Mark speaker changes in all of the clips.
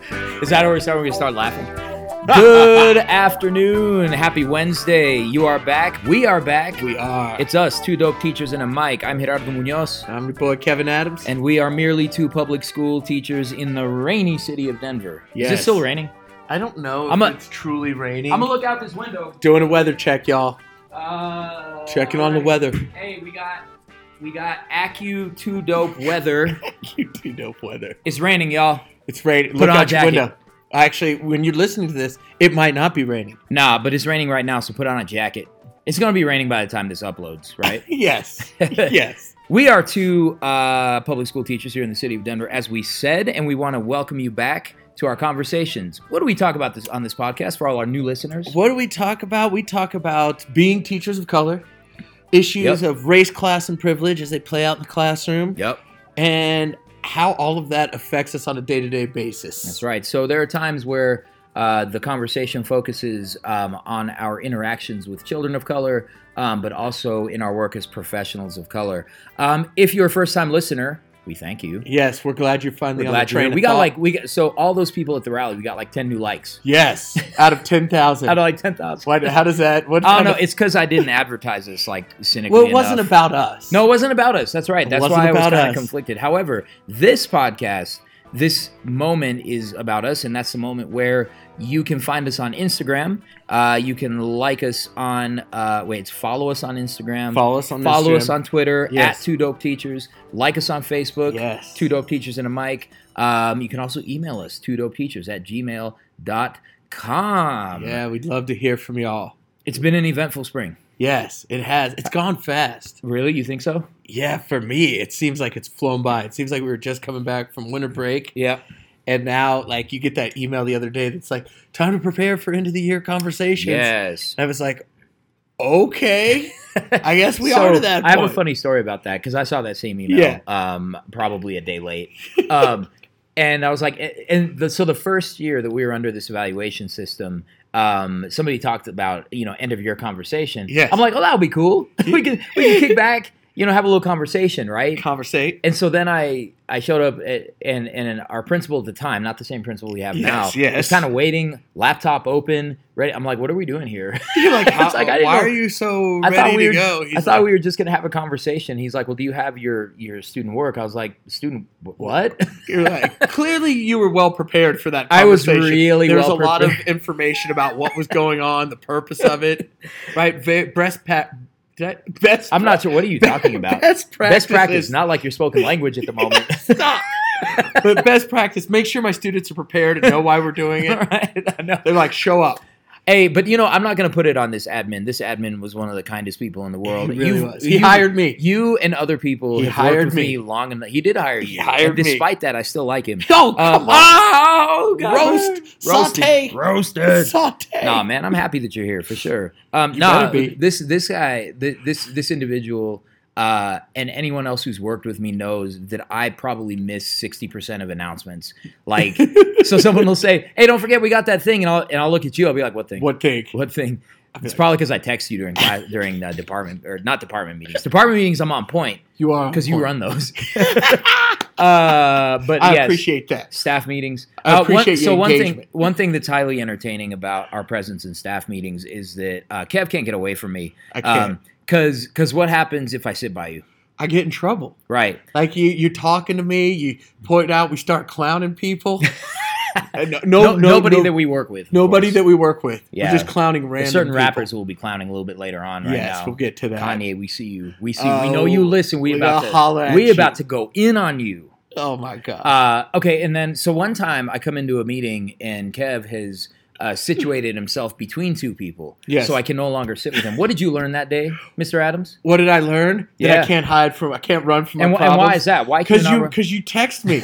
Speaker 1: that where we start? We're gonna start laughing. Good afternoon. Happy Wednesday. You are back. We are back.
Speaker 2: We are.
Speaker 1: It's us, two dope teachers and a mic. I'm Gerardo Munoz,
Speaker 2: I'm your boy Kevin Adams.
Speaker 1: and we are merely two public school teachers in the rainy city of Denver. Is
Speaker 2: Yes.
Speaker 1: it still raining?
Speaker 2: I don't know
Speaker 1: I'm a-
Speaker 2: it's truly raining.
Speaker 1: I'm gonna look out this window.
Speaker 2: doing a weather check, y'all.
Speaker 1: Uh,
Speaker 2: Checking on the weather.
Speaker 1: Hey, we got we got Accu two dope weather.
Speaker 2: you do know weather.
Speaker 1: it's raining, y'all.
Speaker 2: It's raining.
Speaker 1: Put
Speaker 2: Look
Speaker 1: on a
Speaker 2: out your
Speaker 1: jacket.
Speaker 2: window. Actually, when you're listening to this, it might not be raining.
Speaker 1: Nah, but it's raining right now, so put on a jacket. It's gonna be raining by the time this uploads, right?
Speaker 2: Yes. yes.
Speaker 1: We are two uh, public school teachers here in the city of Denver, as we said, and we want to welcome you back to our conversations. What do we talk about this on this podcast for all our new listeners?
Speaker 2: What do we talk about? We talk about being teachers of color, issues
Speaker 1: Yep.
Speaker 2: of race, class, and privilege as they play out in the classroom,
Speaker 1: Yep,
Speaker 2: and how all of that affects us on a day to day basis.
Speaker 1: that's right. So there are times where uh, the conversation focuses um, on our interactions with children of color, um, but also in our work as professionals of color. Um, if you're a first-time listener, we thank you.
Speaker 2: Yes, we're glad you're finally
Speaker 1: We're
Speaker 2: on the
Speaker 1: glad you're
Speaker 2: train.
Speaker 1: here.
Speaker 2: of
Speaker 1: We got
Speaker 2: thought.
Speaker 1: like we got so all those people at the rally. We got like ten new likes
Speaker 2: yes out of ten thousand.
Speaker 1: out of like ten thousand.
Speaker 2: Why, how does that? What
Speaker 1: Oh
Speaker 2: kind
Speaker 1: no,
Speaker 2: of-
Speaker 1: it's because I didn't advertise this like cynically.
Speaker 2: well, it wasn't
Speaker 1: enough.
Speaker 2: about us.
Speaker 1: No, it wasn't about us. That's right.
Speaker 2: It
Speaker 1: That's
Speaker 2: wasn't
Speaker 1: why I was
Speaker 2: about
Speaker 1: kind of
Speaker 2: us.
Speaker 1: conflicted. However, this podcast, this moment is about us, and that's the moment where you can find us on Instagram. Uh, you can like us on uh, wait, it's follow us on Instagram.
Speaker 2: follow us on
Speaker 1: follow
Speaker 2: Instagram.
Speaker 1: us on Twitter
Speaker 2: Yes.
Speaker 1: at Two Dope Teachers. Like us on Facebook.
Speaker 2: Yes.
Speaker 1: Two Dope Teachers and a Mic. Um, you can also email us two dope teachers at gmail.com.
Speaker 2: Yeah, we'd love to hear from y'all.
Speaker 1: It's been an eventful spring.
Speaker 2: Yes, it has. It's gone fast.
Speaker 1: Really? You think so?
Speaker 2: Yeah, for me, it seems like it's flown by. It seems like we were just coming back from winter break,
Speaker 1: Yeah.
Speaker 2: and now like you get that email the other day that's like time to prepare for end of the year conversations.
Speaker 1: Yes.
Speaker 2: And I was like, okay, I guess we
Speaker 1: So,
Speaker 2: are to that.
Speaker 1: I have a
Speaker 2: point.
Speaker 1: funny story about that because I saw that same email,
Speaker 2: Yeah.
Speaker 1: um, probably a day late, um, and I was like, a- and the, so the first year that we were under this evaluation system, um, somebody talked about you know end of year conversation.
Speaker 2: Yes.
Speaker 1: I'm like, oh, that'll be cool. we can we can kick back, you know, have a little conversation, right?
Speaker 2: conversate.
Speaker 1: And so then I I showed up at, and and our principal at the time, not the same principal we have
Speaker 2: Yes,
Speaker 1: now,
Speaker 2: yes.
Speaker 1: was kind of waiting, laptop open, ready. I'm like, what are we doing here?
Speaker 2: You're like,
Speaker 1: It's
Speaker 2: "How-
Speaker 1: like, I didn't
Speaker 2: why
Speaker 1: know."
Speaker 2: are you so
Speaker 1: I
Speaker 2: ready
Speaker 1: thought we
Speaker 2: to
Speaker 1: were-
Speaker 2: go? He's
Speaker 1: I thought
Speaker 2: like,
Speaker 1: we were just gonna have a conversation. He's like, "Well, do you have your your student work?" I was like, "Student wh- what?"
Speaker 2: You're like, clearly you were well prepared for that.
Speaker 1: I was
Speaker 2: conversation.
Speaker 1: really
Speaker 2: There was
Speaker 1: well
Speaker 2: a lot of information about what was going on, the purpose of it, right? Ve- breast pat. Best.
Speaker 1: I'm not sure. What are you talking about?
Speaker 2: Best practice.
Speaker 1: Best practice, not like your spoken language at the moment.
Speaker 2: Stop. but best practice. Make sure my students are prepared and know why we're doing it.
Speaker 1: Right? I know.
Speaker 2: They're like, show up.
Speaker 1: Hey, but you know, I'm not gonna put it on this admin. This admin was one of the kindest people in the world.
Speaker 2: He really
Speaker 1: you,
Speaker 2: was. He
Speaker 1: you-
Speaker 2: hired me.
Speaker 1: you and other people.
Speaker 2: He
Speaker 1: have worked
Speaker 2: hired
Speaker 1: with
Speaker 2: me.
Speaker 1: long enough. He did hire you.
Speaker 2: He hired
Speaker 1: And
Speaker 2: me.
Speaker 1: despite that, I still like him. Uh, oh,
Speaker 2: Yo, come on. Roast. Saute.
Speaker 1: roasted.
Speaker 2: Saute.
Speaker 1: Nah, man, I'm happy that you're here for sure. Um,
Speaker 2: You
Speaker 1: nah,
Speaker 2: better be.
Speaker 1: this this guy, th- this this individual, uh, and anyone else who's worked with me knows that I probably miss sixty percent of announcements. Like, so someone will say, "Hey, don't forget we got that thing," and I'll and I'll look at you. I'll be like, "What thing?
Speaker 2: What thing?
Speaker 1: What thing?"
Speaker 2: be
Speaker 1: It's
Speaker 2: like-
Speaker 1: probably because I text you during cla- during uh, department or not department meetings. Department meetings, I'm on point
Speaker 2: You are.
Speaker 1: because you run those. uh, but
Speaker 2: I
Speaker 1: yes,
Speaker 2: appreciate that.
Speaker 1: staff meetings. Uh,
Speaker 2: I
Speaker 1: one,
Speaker 2: appreciate your
Speaker 1: so one thing,
Speaker 2: engagement.
Speaker 1: one thing that's highly entertaining about our presence in staff meetings is that uh, Kev can't get away from me.
Speaker 2: I can't.
Speaker 1: because because what happens if I sit by you?
Speaker 2: I get in trouble.
Speaker 1: Right.
Speaker 2: Like you, you're talking to me. You point out. We start clowning people. And no, no,
Speaker 1: No- nobody
Speaker 2: no-
Speaker 1: that we work with. of
Speaker 2: nobody
Speaker 1: course.
Speaker 2: that we work with.
Speaker 1: Yeah.
Speaker 2: We're just clowning random.
Speaker 1: certain
Speaker 2: people.
Speaker 1: rappers who will be clowning a little bit later on. Right
Speaker 2: yes,
Speaker 1: now.
Speaker 2: we'll get to that.
Speaker 1: Kanye, we see you. We see. we
Speaker 2: Oh,
Speaker 1: know you. Listen, we,
Speaker 2: we
Speaker 1: about
Speaker 2: gotta
Speaker 1: to
Speaker 2: holler at
Speaker 1: we
Speaker 2: you.
Speaker 1: about to go in on you.
Speaker 2: Oh my god.
Speaker 1: Uh, okay, and then so one time I come into a meeting and Kev has uh, situated himself between two people.
Speaker 2: Yes.
Speaker 1: So I can no longer sit with him. What did you learn that day, Mr. Adams?
Speaker 2: what did I learn? That
Speaker 1: yeah.
Speaker 2: I can't hide from. I can't run from.
Speaker 1: And,
Speaker 2: my
Speaker 1: wh- and why
Speaker 2: problems?
Speaker 1: is that? Why can
Speaker 2: Because
Speaker 1: not
Speaker 2: you
Speaker 1: run-
Speaker 2: because you text me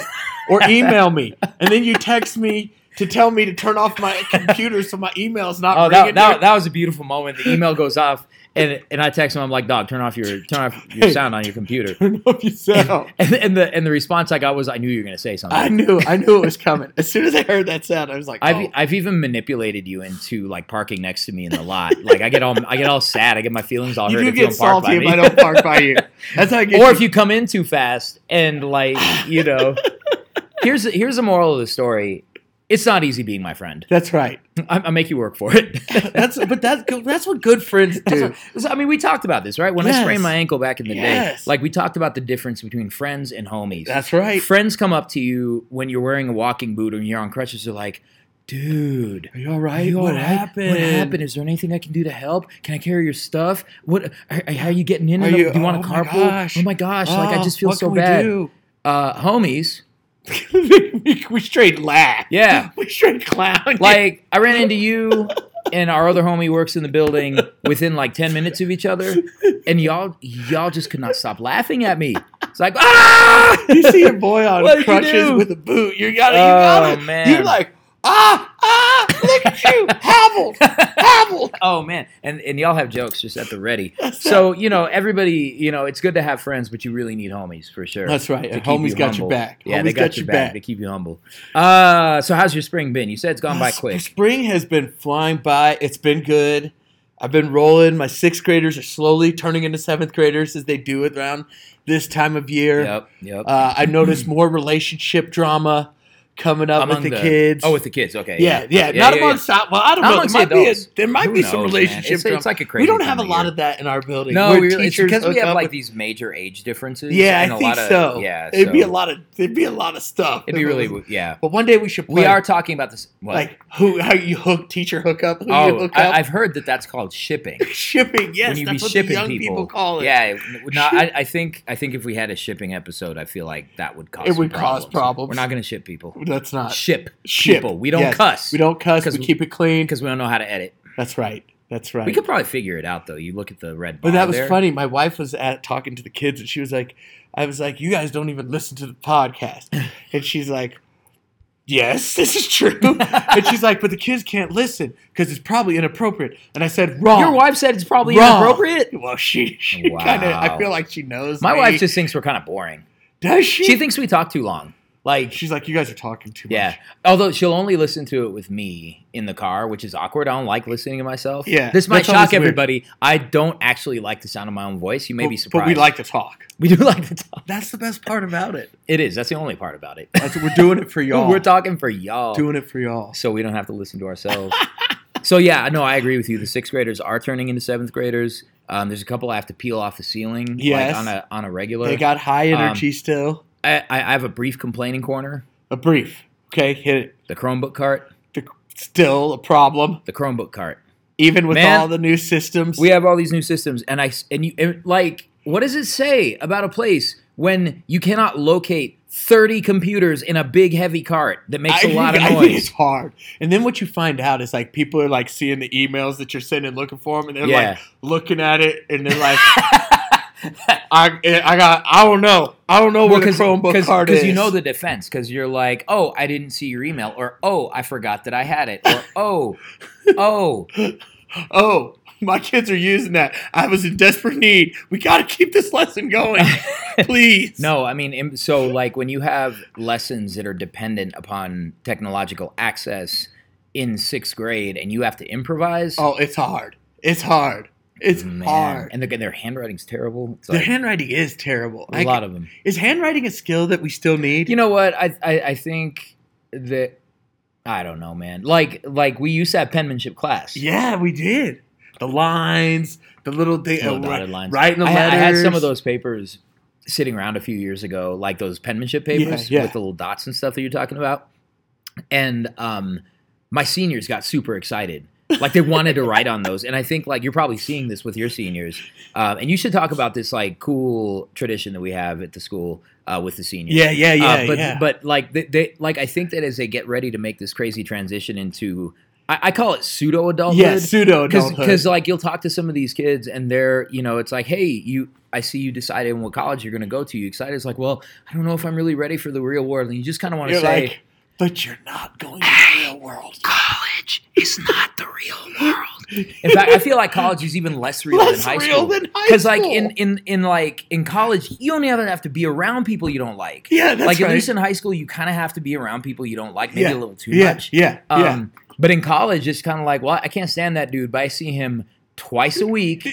Speaker 2: or email me, and then you text me to tell me to turn off my computer so my email's not
Speaker 1: Oh,
Speaker 2: ringing.
Speaker 1: that, that, that was a beautiful moment. The email goes off, and and I text him. I'm like, "Dog, turn off your turn off your
Speaker 2: Hey.
Speaker 1: sound on your computer."
Speaker 2: turn off yourself.
Speaker 1: And, and the and the response I got was, "I knew you were going to say something."
Speaker 2: I knew. I knew it was coming. As soon as I heard that sound, I was like,
Speaker 1: I've,
Speaker 2: oh.
Speaker 1: I've even manipulated you into like parking next to me in the lot. Like I get all I get all sad. I get my feelings all
Speaker 2: You
Speaker 1: hurt
Speaker 2: do
Speaker 1: if you
Speaker 2: get
Speaker 1: don't park
Speaker 2: salty
Speaker 1: by
Speaker 2: if
Speaker 1: me.
Speaker 2: I don't park by you. That's how I get.
Speaker 1: or if you come in too fast and like you know here's here's the moral of the story It's not easy being my friend.
Speaker 2: That's right.
Speaker 1: I, I make you work for it.
Speaker 2: That's but that's that's what good friends do.
Speaker 1: So, I mean, we talked about this, right? When I sprained
Speaker 2: Yes.
Speaker 1: my ankle back in the
Speaker 2: Yes.
Speaker 1: day, like we talked about the difference between friends and homies.
Speaker 2: That's right.
Speaker 1: Friends come up to you when you're wearing a walking boot or you're on crutches. They're like, dude.
Speaker 2: Are you all
Speaker 1: Are
Speaker 2: right?
Speaker 1: you
Speaker 2: what
Speaker 1: all right?
Speaker 2: happened?
Speaker 1: What happened? Is there anything I can do to help? Can I carry your stuff? What? Are, are- how are you getting in?
Speaker 2: Are
Speaker 1: and out?
Speaker 2: you-
Speaker 1: do you want
Speaker 2: oh
Speaker 1: a
Speaker 2: my
Speaker 1: carpool?
Speaker 2: gosh.
Speaker 1: Oh my gosh! like I
Speaker 2: Oh,
Speaker 1: just feel
Speaker 2: what
Speaker 1: so
Speaker 2: can
Speaker 1: bad.
Speaker 2: We,
Speaker 1: Uh, homies.
Speaker 2: do? we, we straight laugh.
Speaker 1: Yeah.
Speaker 2: we straight clown.
Speaker 1: Like I ran into you and our other homie works in the building within like 10 minutes of each other and y'all y'all just could not stop laughing at me. It's like ah
Speaker 2: you see your boy
Speaker 1: What did
Speaker 2: on
Speaker 1: you
Speaker 2: crutches
Speaker 1: do?
Speaker 2: with a boot. You got it. You
Speaker 1: Oh,
Speaker 2: got it.
Speaker 1: man.
Speaker 2: You're like ah ah. Look at you, hobbled, hobbled.
Speaker 1: Oh man. And and y'all have jokes just at the ready. So, you know, everybody, you know, it's good to have friends, but you really need homies for sure.
Speaker 2: That's right.
Speaker 1: to
Speaker 2: And
Speaker 1: keep you
Speaker 2: homies got
Speaker 1: humble.
Speaker 2: your back.
Speaker 1: Yeah,
Speaker 2: homies
Speaker 1: they got, your back. They keep you humble. Uh so how's your spring been? You said it's gone by
Speaker 2: Yes,
Speaker 1: quick.
Speaker 2: Spring has been flying by. It's been good. I've been rolling. My sixth graders are slowly turning into seventh graders as they do it around this time of year.
Speaker 1: Yep, yep.
Speaker 2: Uh, I noticed more relationship drama coming up with the, kids.
Speaker 1: Oh, with the kids. Okay.
Speaker 2: yeah, yeah, not amongst. Well, I don't
Speaker 1: Not
Speaker 2: know. There
Speaker 1: amongst
Speaker 2: might,
Speaker 1: the
Speaker 2: be a,
Speaker 1: adults.
Speaker 2: there might
Speaker 1: Who
Speaker 2: be
Speaker 1: knows,
Speaker 2: some
Speaker 1: man?
Speaker 2: relationship
Speaker 1: It's-
Speaker 2: drama.
Speaker 1: it's like a
Speaker 2: we
Speaker 1: crazy
Speaker 2: don't
Speaker 1: time
Speaker 2: have a
Speaker 1: of
Speaker 2: lot
Speaker 1: year.
Speaker 2: of that in our building.
Speaker 1: No,
Speaker 2: Where
Speaker 1: we really, it's
Speaker 2: teachers
Speaker 1: because we
Speaker 2: hook
Speaker 1: have
Speaker 2: up
Speaker 1: like
Speaker 2: with-
Speaker 1: these major age differences.
Speaker 2: Yeah,
Speaker 1: and
Speaker 2: I
Speaker 1: a
Speaker 2: think
Speaker 1: lot of-
Speaker 2: so.
Speaker 1: Yeah,
Speaker 2: it'd be a
Speaker 1: so
Speaker 2: lot of it'd be a lot of stuff.
Speaker 1: It'd be really yeah.
Speaker 2: But one day we should play.
Speaker 1: We are talking about this. What?
Speaker 2: like who? How you hook teacher hookup? Who you
Speaker 1: oh,
Speaker 2: hook up?
Speaker 1: I, I've heard that that's called shipping.
Speaker 2: shipping. Yes,
Speaker 1: when you
Speaker 2: that's
Speaker 1: be
Speaker 2: what
Speaker 1: shipping
Speaker 2: the young people. call it.
Speaker 1: Yeah, it- no, I, I think I think if we had a shipping episode, I feel like that would cause
Speaker 2: It
Speaker 1: some
Speaker 2: would cause problems.
Speaker 1: We're not going to ship people.
Speaker 2: that's not
Speaker 1: Ship
Speaker 2: ship.
Speaker 1: people. We don't
Speaker 2: Yes.
Speaker 1: cuss.
Speaker 2: We don't cuss.
Speaker 1: 'Cause
Speaker 2: We
Speaker 1: we-
Speaker 2: keep it clean.
Speaker 1: because we don't know how to edit.
Speaker 2: That's right. That's right.
Speaker 1: We could probably figure it out though. You look at the red.
Speaker 2: but
Speaker 1: bar
Speaker 2: that was
Speaker 1: there.
Speaker 2: funny. My wife was at talking to the kids, and she was like, "I was like, you guys don't even listen to the podcast," and she's like. Yes, this is true. and she's like, but the kids can't listen because it's probably inappropriate. And I said, wrong.
Speaker 1: Your wife said it's probably
Speaker 2: Wrong.
Speaker 1: inappropriate.
Speaker 2: Well, she, she kind of. I
Speaker 1: Wow.
Speaker 2: feel like she knows.
Speaker 1: My
Speaker 2: me.
Speaker 1: wife just thinks we're kind of boring.
Speaker 2: does. She,
Speaker 1: She thinks we talk too long. Like
Speaker 2: she's like, you guys are talking too
Speaker 1: Yeah.
Speaker 2: much.
Speaker 1: Although she'll only listen to it with me in the car, which is awkward. I don't like listening to myself.
Speaker 2: Yeah,
Speaker 1: This might
Speaker 2: that's always
Speaker 1: shock
Speaker 2: weird.
Speaker 1: everybody. I don't actually like the sound of my own voice. You may
Speaker 2: But-
Speaker 1: be surprised.
Speaker 2: but we like to talk.
Speaker 1: We do like the talk.
Speaker 2: That's the best part about it.
Speaker 1: It is. That's the only part about it.
Speaker 2: That's, we're doing it for y'all.
Speaker 1: We're talking for y'all.
Speaker 2: doing it for y'all.
Speaker 1: so we don't have to listen to ourselves. so yeah, no, I agree with you. The sixth graders are turning into seventh graders. Um, there's a couple I have to peel off the ceiling like
Speaker 2: Yes.
Speaker 1: on a on a regular.
Speaker 2: They got high
Speaker 1: Um,
Speaker 2: energy still.
Speaker 1: I, I I have a brief complaining corner.
Speaker 2: A brief. Okay, hit it.
Speaker 1: The Chromebook cart.
Speaker 2: The, still a problem,
Speaker 1: The Chromebook cart.
Speaker 2: even with
Speaker 1: Man.
Speaker 2: all the new systems.
Speaker 1: We have all these new systems, and I and you and like what does it say about a place when you cannot locate thirty computers in a big heavy cart that makes a
Speaker 2: I
Speaker 1: lot of
Speaker 2: think- I think it's
Speaker 1: noise?
Speaker 2: hard. And then what you find out is like people are like seeing the emails that you're sending, looking for them, and they're
Speaker 1: Yeah.
Speaker 2: like looking at it, and they're like, I, I got, I don't know, I don't know where the Chromebook card is.
Speaker 1: you know the defense because you're like, oh, I didn't see your email, or oh, I forgot that I had it, or oh, oh,
Speaker 2: oh, my kids are using that. I was in desperate need. We got to keep this lesson going, please.
Speaker 1: No, I mean, im- so like when you have lessons that are dependent upon technological access in sixth grade, and you have to improvise.
Speaker 2: Oh, it's hard. It's hard. It's
Speaker 1: man.
Speaker 2: hard.
Speaker 1: and their their handwriting's terrible. It's
Speaker 2: Their
Speaker 1: like
Speaker 2: handwriting is terrible.
Speaker 1: a lot of them.
Speaker 2: is handwriting a skill that we still need?
Speaker 1: You know what? I, I I think that I don't know, man. Like like we used to have penmanship class.
Speaker 2: yeah, we did. The lines, the little thing,
Speaker 1: Little
Speaker 2: uh,
Speaker 1: dotted
Speaker 2: wri-
Speaker 1: lines.
Speaker 2: writing the
Speaker 1: I,
Speaker 2: letters.
Speaker 1: I had some of those papers sitting around a few years ago, like those penmanship papers
Speaker 2: yeah.
Speaker 1: with the little dots and stuff that you're talking about. And um, my seniors got super excited. Like they wanted to write on those, and I think like you're probably seeing this with your seniors, um, and you should talk about this like cool tradition that we have at the school uh, with the seniors.
Speaker 2: Yeah, yeah, yeah,
Speaker 1: Uh, but
Speaker 2: yeah.
Speaker 1: but like they, they like I think that as they get ready to make this crazy transition into, I, I call it pseudo adulthood
Speaker 2: yeah, pseudo adulthood.
Speaker 1: because like you'll talk to some of these kids and they're you know it's like hey you i see you decided on what college you're going to go to you excited it's like well i don't know if i'm really ready for the real world and you just kind of want to
Speaker 2: You're
Speaker 1: say Ah,
Speaker 2: like, but you're not going to the real world.
Speaker 1: college is not the real world in fact i feel like college is even less real than
Speaker 2: Less
Speaker 1: high
Speaker 2: real
Speaker 1: school
Speaker 2: than high
Speaker 1: because like
Speaker 2: school.
Speaker 1: in in in like in college you don't even have to be around people you don't like
Speaker 2: Yeah, that's
Speaker 1: like
Speaker 2: right.
Speaker 1: at least in high school you kind of have to be around people you don't like maybe
Speaker 2: yeah,
Speaker 1: a little too
Speaker 2: yeah,
Speaker 1: much
Speaker 2: Yeah, yeah,
Speaker 1: Um, But in college, it's kind of like, well, I can't stand that dude, but I see him twice a week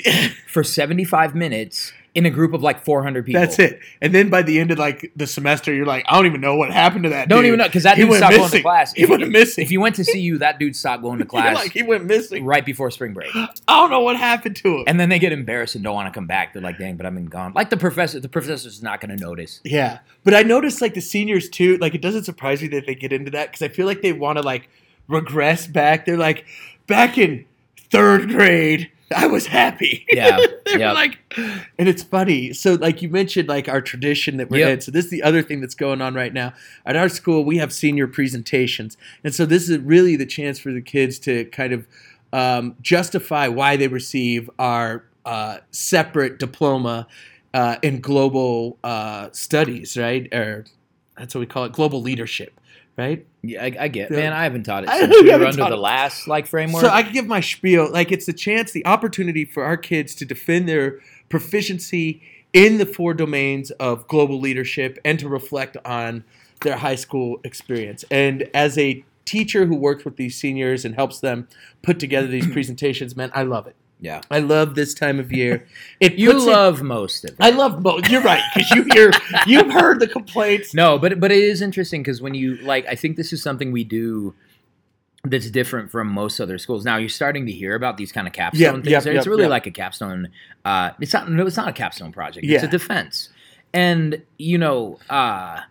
Speaker 1: for 75 minutes in a group of like 400 people.
Speaker 2: That's it. And then by the end of like the semester, you're like, I don't even know what happened to that.
Speaker 1: Don't
Speaker 2: dude.
Speaker 1: even know because that
Speaker 2: He
Speaker 1: dude
Speaker 2: went
Speaker 1: stopped going to
Speaker 2: missing.
Speaker 1: class.
Speaker 2: He went missing.
Speaker 1: If you went to see you, that dude stopped going to class
Speaker 2: You're like he went missing.
Speaker 1: right before spring break,
Speaker 2: I don't know what happened to him.
Speaker 1: and then they get embarrassed and don't want to come back. They're like, "Dang, but I've been gone." Like the professor, the professor's not going to notice.
Speaker 2: yeah, but I noticed like the seniors too. Like it doesn't surprise me that they get into that because I feel like they want to like regress back. They're like, back in third grade, I was happy.
Speaker 1: Yeah,
Speaker 2: they
Speaker 1: yeah.
Speaker 2: were like, and it's funny. So, like you mentioned, like our tradition that we're
Speaker 1: Yep.
Speaker 2: in. So, this is the other thing that's going on right now. At our school, we have senior presentations, and so this is really the chance for the kids to kind of um, justify why they receive our uh, separate diploma uh, in global uh, studies, right? Or that's what we call it, global leadership, right?
Speaker 1: Yeah, I, I get,
Speaker 2: Yeah.
Speaker 1: man. I haven't taught it
Speaker 2: I
Speaker 1: since we were
Speaker 2: haven't
Speaker 1: under
Speaker 2: taught
Speaker 1: the
Speaker 2: it.
Speaker 1: last like framework.
Speaker 2: So I could give my spiel. Like it's the chance, the opportunity for our kids to defend their proficiency in the four domains of global leadership and to reflect on their high school experience. And as a teacher who works with these seniors and helps them put together these presentations, man, I love it.
Speaker 1: yeah,
Speaker 2: I love this time of year. It
Speaker 1: you
Speaker 2: puts it-
Speaker 1: love most of it.
Speaker 2: I love both. You're right because you hear you've heard the complaints.
Speaker 1: No, but but it is interesting because when you like, I think this is something we do that's different from most other schools. Now you're starting to hear about these kind of capstone
Speaker 2: Yep,
Speaker 1: things.
Speaker 2: yep,
Speaker 1: and it's
Speaker 2: yep,
Speaker 1: really
Speaker 2: yep.
Speaker 1: like a capstone. Uh, it's not. No, it's not a capstone project. It's a
Speaker 2: Yeah.
Speaker 1: defense, and you know. Uh,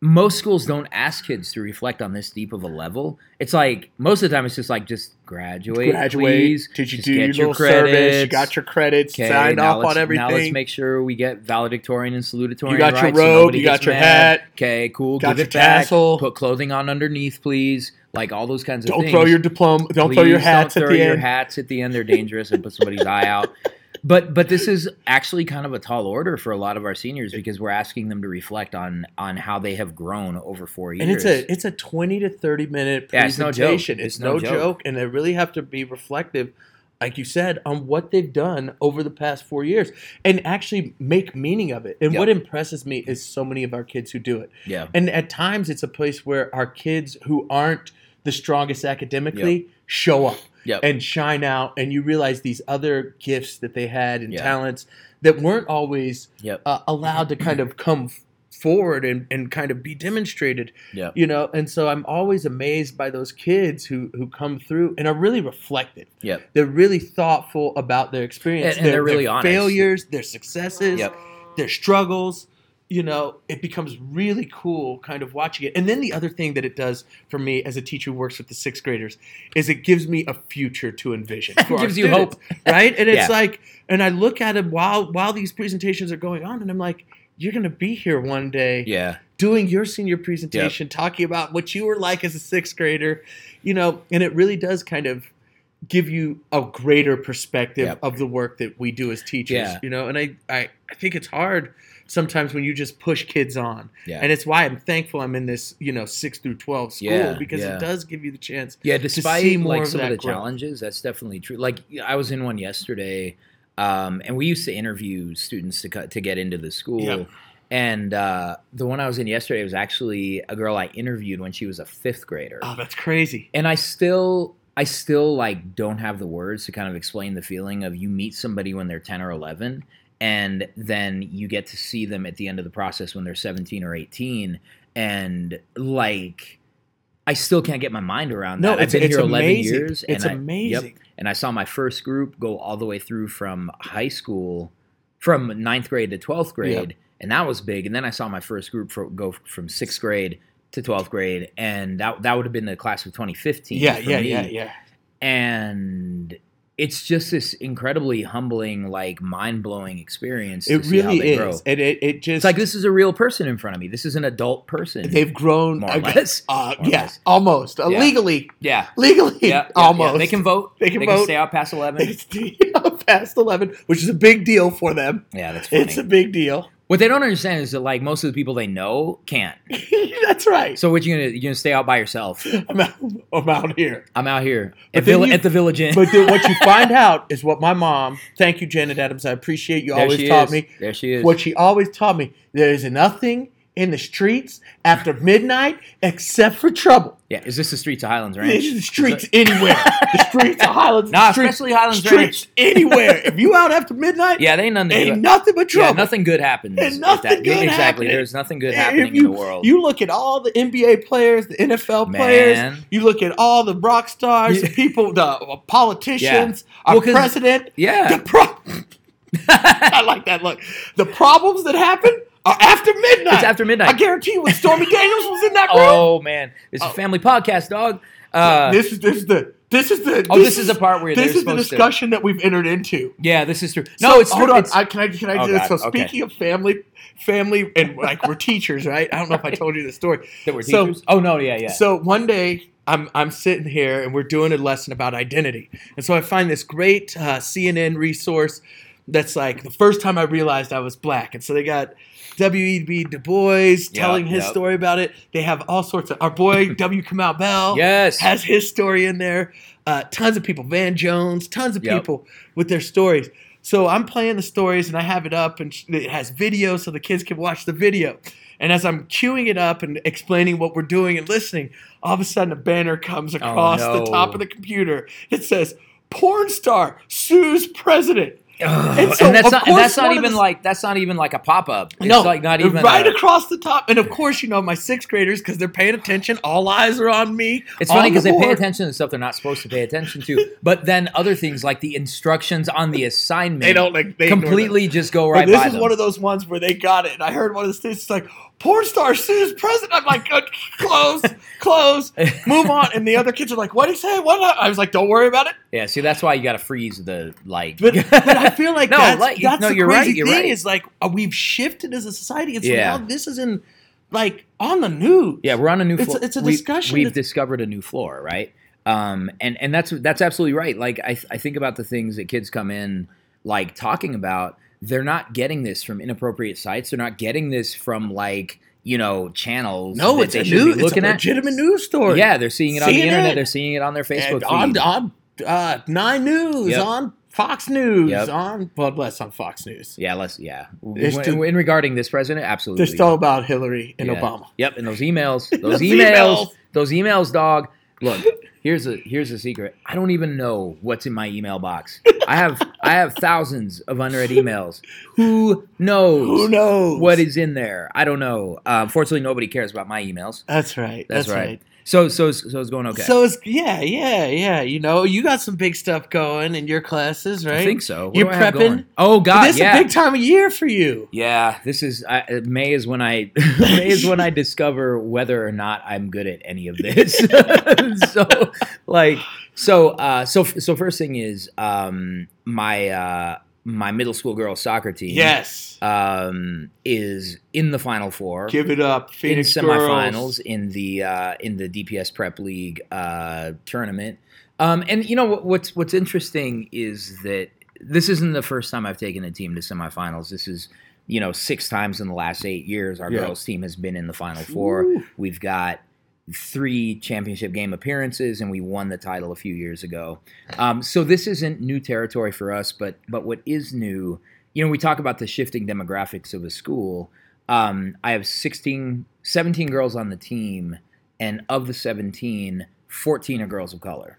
Speaker 1: most schools don't ask kids to reflect on this deep of a level. It's like most of the time, it's just like just graduate, please.
Speaker 2: Did you
Speaker 1: Just
Speaker 2: do your
Speaker 1: get
Speaker 2: little service? You
Speaker 1: credits.
Speaker 2: got your credits.
Speaker 1: Okay,
Speaker 2: signed
Speaker 1: now
Speaker 2: off
Speaker 1: let's-
Speaker 2: on everything.
Speaker 1: Now let's make sure we get valedictorian and salutatorian.
Speaker 2: You got your
Speaker 1: right,
Speaker 2: robe,
Speaker 1: nobody
Speaker 2: you got
Speaker 1: gets
Speaker 2: your
Speaker 1: mad.
Speaker 2: hat,
Speaker 1: Okay, cool.
Speaker 2: got
Speaker 1: Give
Speaker 2: your
Speaker 1: it back.
Speaker 2: tassel.
Speaker 1: Put clothing on underneath, please. Like all those kinds of
Speaker 2: don't
Speaker 1: things.
Speaker 2: throw your diploma. Don't throw
Speaker 1: Please
Speaker 2: your hats
Speaker 1: don't
Speaker 2: at
Speaker 1: throw
Speaker 2: the
Speaker 1: your
Speaker 2: end.
Speaker 1: hats at the end. They're dangerous and put somebody's eye out. But but this is actually kind of a tall order for a lot of our seniors because we're asking them to reflect on on how they have grown over four years.
Speaker 2: And it's a it's a twenty to thirty minute
Speaker 1: Yeah, it's no joke.
Speaker 2: presentation.
Speaker 1: It's
Speaker 2: It's
Speaker 1: no
Speaker 2: no,
Speaker 1: joke.
Speaker 2: joke. and they really have to be reflective, like you said, on what they've done over the past four years, and actually make meaning of it. And
Speaker 1: Yep.
Speaker 2: what impresses me is so many of our kids who do it.
Speaker 1: yeah.
Speaker 2: And at times, it's a place where our kids who aren't the strongest academically show up
Speaker 1: Yep.
Speaker 2: and shine out, and you realize these other gifts that they had and
Speaker 1: Yeah.
Speaker 2: talents that weren't always
Speaker 1: Yep.
Speaker 2: uh, allowed to kind of come f- forward and, and kind of be demonstrated
Speaker 1: Yeah.
Speaker 2: you know and so i'm always amazed by those kids who who come through and are really reflective
Speaker 1: Yep.
Speaker 2: they're really thoughtful about their experience
Speaker 1: And- and they're really
Speaker 2: their
Speaker 1: honest.
Speaker 2: failures their successes
Speaker 1: Yep.
Speaker 2: their struggles you know it becomes really cool kind of watching it and then the other thing that it does for me as a teacher who works with the sixth graders is it gives me a future to envision for our
Speaker 1: Gives you
Speaker 2: students, right and it's
Speaker 1: Yeah.
Speaker 2: like and i look at it while while these presentations are going on and i'm like you're going to be here one day
Speaker 1: Yeah.
Speaker 2: doing your senior presentation, talking about what you were like as a sixth grader, you know, and it really does kind of give you a greater perspective
Speaker 1: Yep.
Speaker 2: of the work that we do as teachers,
Speaker 1: Yeah.
Speaker 2: you know, and I, I, I think it's hard sometimes when you just push kids on.
Speaker 1: Yeah.
Speaker 2: And it's why I'm thankful I'm in this, you know, six through 12 school
Speaker 1: Yeah,
Speaker 2: because
Speaker 1: yeah.
Speaker 2: it does give you the chance.
Speaker 1: yeah despite
Speaker 2: see more
Speaker 1: like
Speaker 2: of
Speaker 1: some of the
Speaker 2: that growth.
Speaker 1: challenges that's definitely true like i was in one yesterday um, and we used to interview students to cut to get into the school
Speaker 2: Yep.
Speaker 1: and uh, the one i was in yesterday was actually a girl i interviewed when she was a fifth grader
Speaker 2: Oh, that's crazy.
Speaker 1: and i still i still like don't have the words to kind of explain the feeling of you meet somebody when they're 10 or 11 and then you get to see them at the end of the process when they're 17 or 18 and like i still can't get my mind around
Speaker 2: No,
Speaker 1: that i've
Speaker 2: it's,
Speaker 1: been
Speaker 2: it's
Speaker 1: here
Speaker 2: amazing.
Speaker 1: 11 years
Speaker 2: it's
Speaker 1: and I,
Speaker 2: amazing.
Speaker 1: yep, and i saw my first group go all the way through from high school from ninth grade to 12th grade and that was big and then i saw my first group for, go from sixth grade to 12th grade and that, that would have been the class of 2015
Speaker 2: Yeah,
Speaker 1: for
Speaker 2: yeah,
Speaker 1: me
Speaker 2: yeah, yeah.
Speaker 1: and it's just this incredibly humbling, like mind-blowing experience. to
Speaker 2: It
Speaker 1: see how
Speaker 2: really
Speaker 1: they
Speaker 2: is.
Speaker 1: grow.
Speaker 2: And it, it just,
Speaker 1: It's like this is a real person in front of me. This is an adult person.
Speaker 2: they've grown.
Speaker 1: more
Speaker 2: I
Speaker 1: or
Speaker 2: guess,
Speaker 1: less.
Speaker 2: Uh,
Speaker 1: More or
Speaker 2: yeah,
Speaker 1: less.
Speaker 2: almost. Uh,
Speaker 1: Yeah.
Speaker 2: Legally,
Speaker 1: Yeah,
Speaker 2: legally,
Speaker 1: yeah, yeah,
Speaker 2: almost.
Speaker 1: yeah. They can vote.
Speaker 2: They can
Speaker 1: Can
Speaker 2: vote.
Speaker 1: stay out past eleven.
Speaker 2: It's the- past eleven, which is a big deal for them.
Speaker 1: yeah, that's funny.
Speaker 2: It's a big deal.
Speaker 1: what they don't understand is that like most of the people they know can't.
Speaker 2: That's right.
Speaker 1: So what you gonna you gonna stay out by yourself?
Speaker 2: I'm out, I'm out here.
Speaker 1: I'm out here
Speaker 2: But
Speaker 1: at, Vill-
Speaker 2: then you-
Speaker 1: at the village inn.
Speaker 2: But then what you find out is what my mom. Thank you, Janet Adams. I appreciate you
Speaker 1: there
Speaker 2: always
Speaker 1: she
Speaker 2: taught
Speaker 1: is.
Speaker 2: me.
Speaker 1: There she is.
Speaker 2: What she always taught me: there is nothing in the streets after midnight except for trouble.
Speaker 1: Yeah, is this the streets of Highlands Ranch?
Speaker 2: The streets anywhere. The streets of Highlands.
Speaker 1: Nah,
Speaker 2: the streets,
Speaker 1: especially Highlands
Speaker 2: streets anywhere. If you out after midnight,
Speaker 1: Yeah, they ain't nothing. to do.
Speaker 2: ain't nothing but
Speaker 1: yeah,
Speaker 2: trouble.
Speaker 1: nothing good happens.
Speaker 2: Ain't
Speaker 1: at
Speaker 2: nothing
Speaker 1: that-
Speaker 2: good
Speaker 1: Exactly.
Speaker 2: happening.
Speaker 1: There's nothing good
Speaker 2: If
Speaker 1: happening
Speaker 2: you,
Speaker 1: in the world.
Speaker 2: You look at all the NBA players, the NFL players.
Speaker 1: Man.
Speaker 2: You look at all the rock stars, the
Speaker 1: Yeah.
Speaker 2: people, the uh, politicians, our
Speaker 1: Well, 'cause-
Speaker 2: president.
Speaker 1: yeah.
Speaker 2: The pro- I like that look. The problems that happen are after midnight.
Speaker 1: It's after midnight.
Speaker 2: I guarantee you, when Stormy Daniels was in that room,
Speaker 1: Oh man, it's
Speaker 2: Oh.
Speaker 1: a family podcast, dog. Uh,
Speaker 2: this is this is the this is the
Speaker 1: oh, this, is the part where
Speaker 2: this
Speaker 1: they're
Speaker 2: is the
Speaker 1: supposed to-
Speaker 2: discussion that we've entered into.
Speaker 1: Yeah, this is true. No,
Speaker 2: So,
Speaker 1: it's true.
Speaker 2: hold on.
Speaker 1: It's-
Speaker 2: I, can I can I
Speaker 1: Oh,
Speaker 2: do this? So
Speaker 1: God. Okay.
Speaker 2: speaking of family, family, and like we're teachers, right? I don't know if I told you this story.
Speaker 1: that we're
Speaker 2: so-
Speaker 1: teachers. Oh no, yeah, yeah.
Speaker 2: So one day I'm I'm sitting here and we're doing a lesson about identity, and so I find this great uh, CNN resource that's like the first time I realized I was black, and so they got. W.E.B. Du Bois telling his
Speaker 1: yep.
Speaker 2: story about it. They have all sorts of our boy W. Kamau Bell
Speaker 1: yes,
Speaker 2: has his story in there. Uh, tons of people, Van Jones, tons of
Speaker 1: Yep.
Speaker 2: people with their stories. So I'm playing the stories and I have it up and sh- it has video so the kids can watch the video. And as I'm queuing it up and explaining what we're doing and listening, all of a sudden a banner comes across
Speaker 1: Oh, no.
Speaker 2: the top of the computer that says, Porn star sues president.
Speaker 1: Ugh,
Speaker 2: and
Speaker 1: and,
Speaker 2: so,
Speaker 1: that's
Speaker 2: of
Speaker 1: not, and
Speaker 2: course,
Speaker 1: that's not
Speaker 2: one of
Speaker 1: even
Speaker 2: the-
Speaker 1: like that's not even like a pop up. It's
Speaker 2: no,
Speaker 1: like not even
Speaker 2: right
Speaker 1: a-
Speaker 2: across the top. And of course, you know, my sixth graders, because they're paying attention, all eyes are on me.
Speaker 1: It's funny
Speaker 2: on
Speaker 1: because
Speaker 2: the
Speaker 1: they pay
Speaker 2: board.
Speaker 1: attention to stuff they're not supposed to pay attention to, but then other things like the instructions on the assignment
Speaker 2: They don't like they ignore them.
Speaker 1: completely just go
Speaker 2: Like,
Speaker 1: right
Speaker 2: this
Speaker 1: by
Speaker 2: is
Speaker 1: them.
Speaker 2: one of those ones where they got it. And I heard one of the students it's like, porn star sues president. I'm like, "Uh, close, close, move on. And the other kids are like, what did he say? What? I was like, don't worry about it.
Speaker 1: yeah, see, that's why you got to freeze the like.
Speaker 2: But, but I feel like
Speaker 1: No,
Speaker 2: that's,
Speaker 1: like,
Speaker 2: that's
Speaker 1: no,
Speaker 2: the
Speaker 1: you're right,
Speaker 2: crazy
Speaker 1: you're
Speaker 2: thing
Speaker 1: right.
Speaker 2: is like uh, we've shifted as a society. It's
Speaker 1: Yeah.
Speaker 2: now this is in like on the news.
Speaker 1: Yeah, we're on a new
Speaker 2: It's a-
Speaker 1: floor.
Speaker 2: it's a
Speaker 1: We-
Speaker 2: discussion.
Speaker 1: We've
Speaker 2: It's-
Speaker 1: discovered a new floor, right? Um, and and that's that's absolutely right. Like I I think about the things that kids come in like talking about. They're not getting this from inappropriate sites. They're not getting this from like you know channels.
Speaker 2: No,
Speaker 1: that
Speaker 2: it's
Speaker 1: they
Speaker 2: a
Speaker 1: should be
Speaker 2: new, it's a
Speaker 1: looking at.
Speaker 2: legitimate news story.
Speaker 1: Yeah, they're seeing it on the
Speaker 2: CNN.
Speaker 1: internet. They're seeing it on their Facebook
Speaker 2: And
Speaker 1: feed.
Speaker 2: on on uh, Nine News,
Speaker 1: Yep.
Speaker 2: on Fox News,
Speaker 1: Yep.
Speaker 2: on well, less on Fox News.
Speaker 1: yeah, let's yeah.
Speaker 2: There's
Speaker 1: When-
Speaker 2: still-
Speaker 1: in regarding this president, absolutely.
Speaker 2: They're still about Hillary and
Speaker 1: Yeah.
Speaker 2: Obama.
Speaker 1: Yep, and those emails, those,
Speaker 2: Those
Speaker 1: emails,
Speaker 2: emails.
Speaker 1: those emails, dog. Look, here's a here's a secret. I don't even know what's in my email box. I have I have thousands of unread emails. Who knows?
Speaker 2: Who knows
Speaker 1: what is in there? I don't know. Um, fortunately, nobody cares about my emails.
Speaker 2: That's right.
Speaker 1: That's, right. So so so it's going okay.
Speaker 2: So it's yeah, yeah, yeah. You know, you got some big stuff going in your classes, right?
Speaker 1: I think so. What
Speaker 2: You're
Speaker 1: do I have
Speaker 2: prepping?
Speaker 1: going? Oh
Speaker 2: But
Speaker 1: God,
Speaker 2: this
Speaker 1: yeah.
Speaker 2: is a big time of year for you.
Speaker 1: Yeah, this is I, uh, May is when I May is when I discover whether or not I'm good at any of this. so like so uh so so first thing is um my uh my middle school girls soccer team
Speaker 2: Yes.
Speaker 1: um is in the final four
Speaker 2: Give it up, Phoenix
Speaker 1: in
Speaker 2: girls.
Speaker 1: semifinals in the uh, in the DPS Prep League uh, tournament. Um, and you know what, what's what's interesting is that this isn't the first time I've taken a team to semifinals. This is you know six times in the last eight years our
Speaker 2: Yeah.
Speaker 1: girls team has been in the final four.
Speaker 2: Woo.
Speaker 1: We've got three championship game appearances, and we won the title a few years ago. Um, so this isn't new territory for us, but but what is new, you know, we talk about the shifting demographics of a school. Um, I have 16, 17 girls on the team, and of the 17, 14 are girls of color.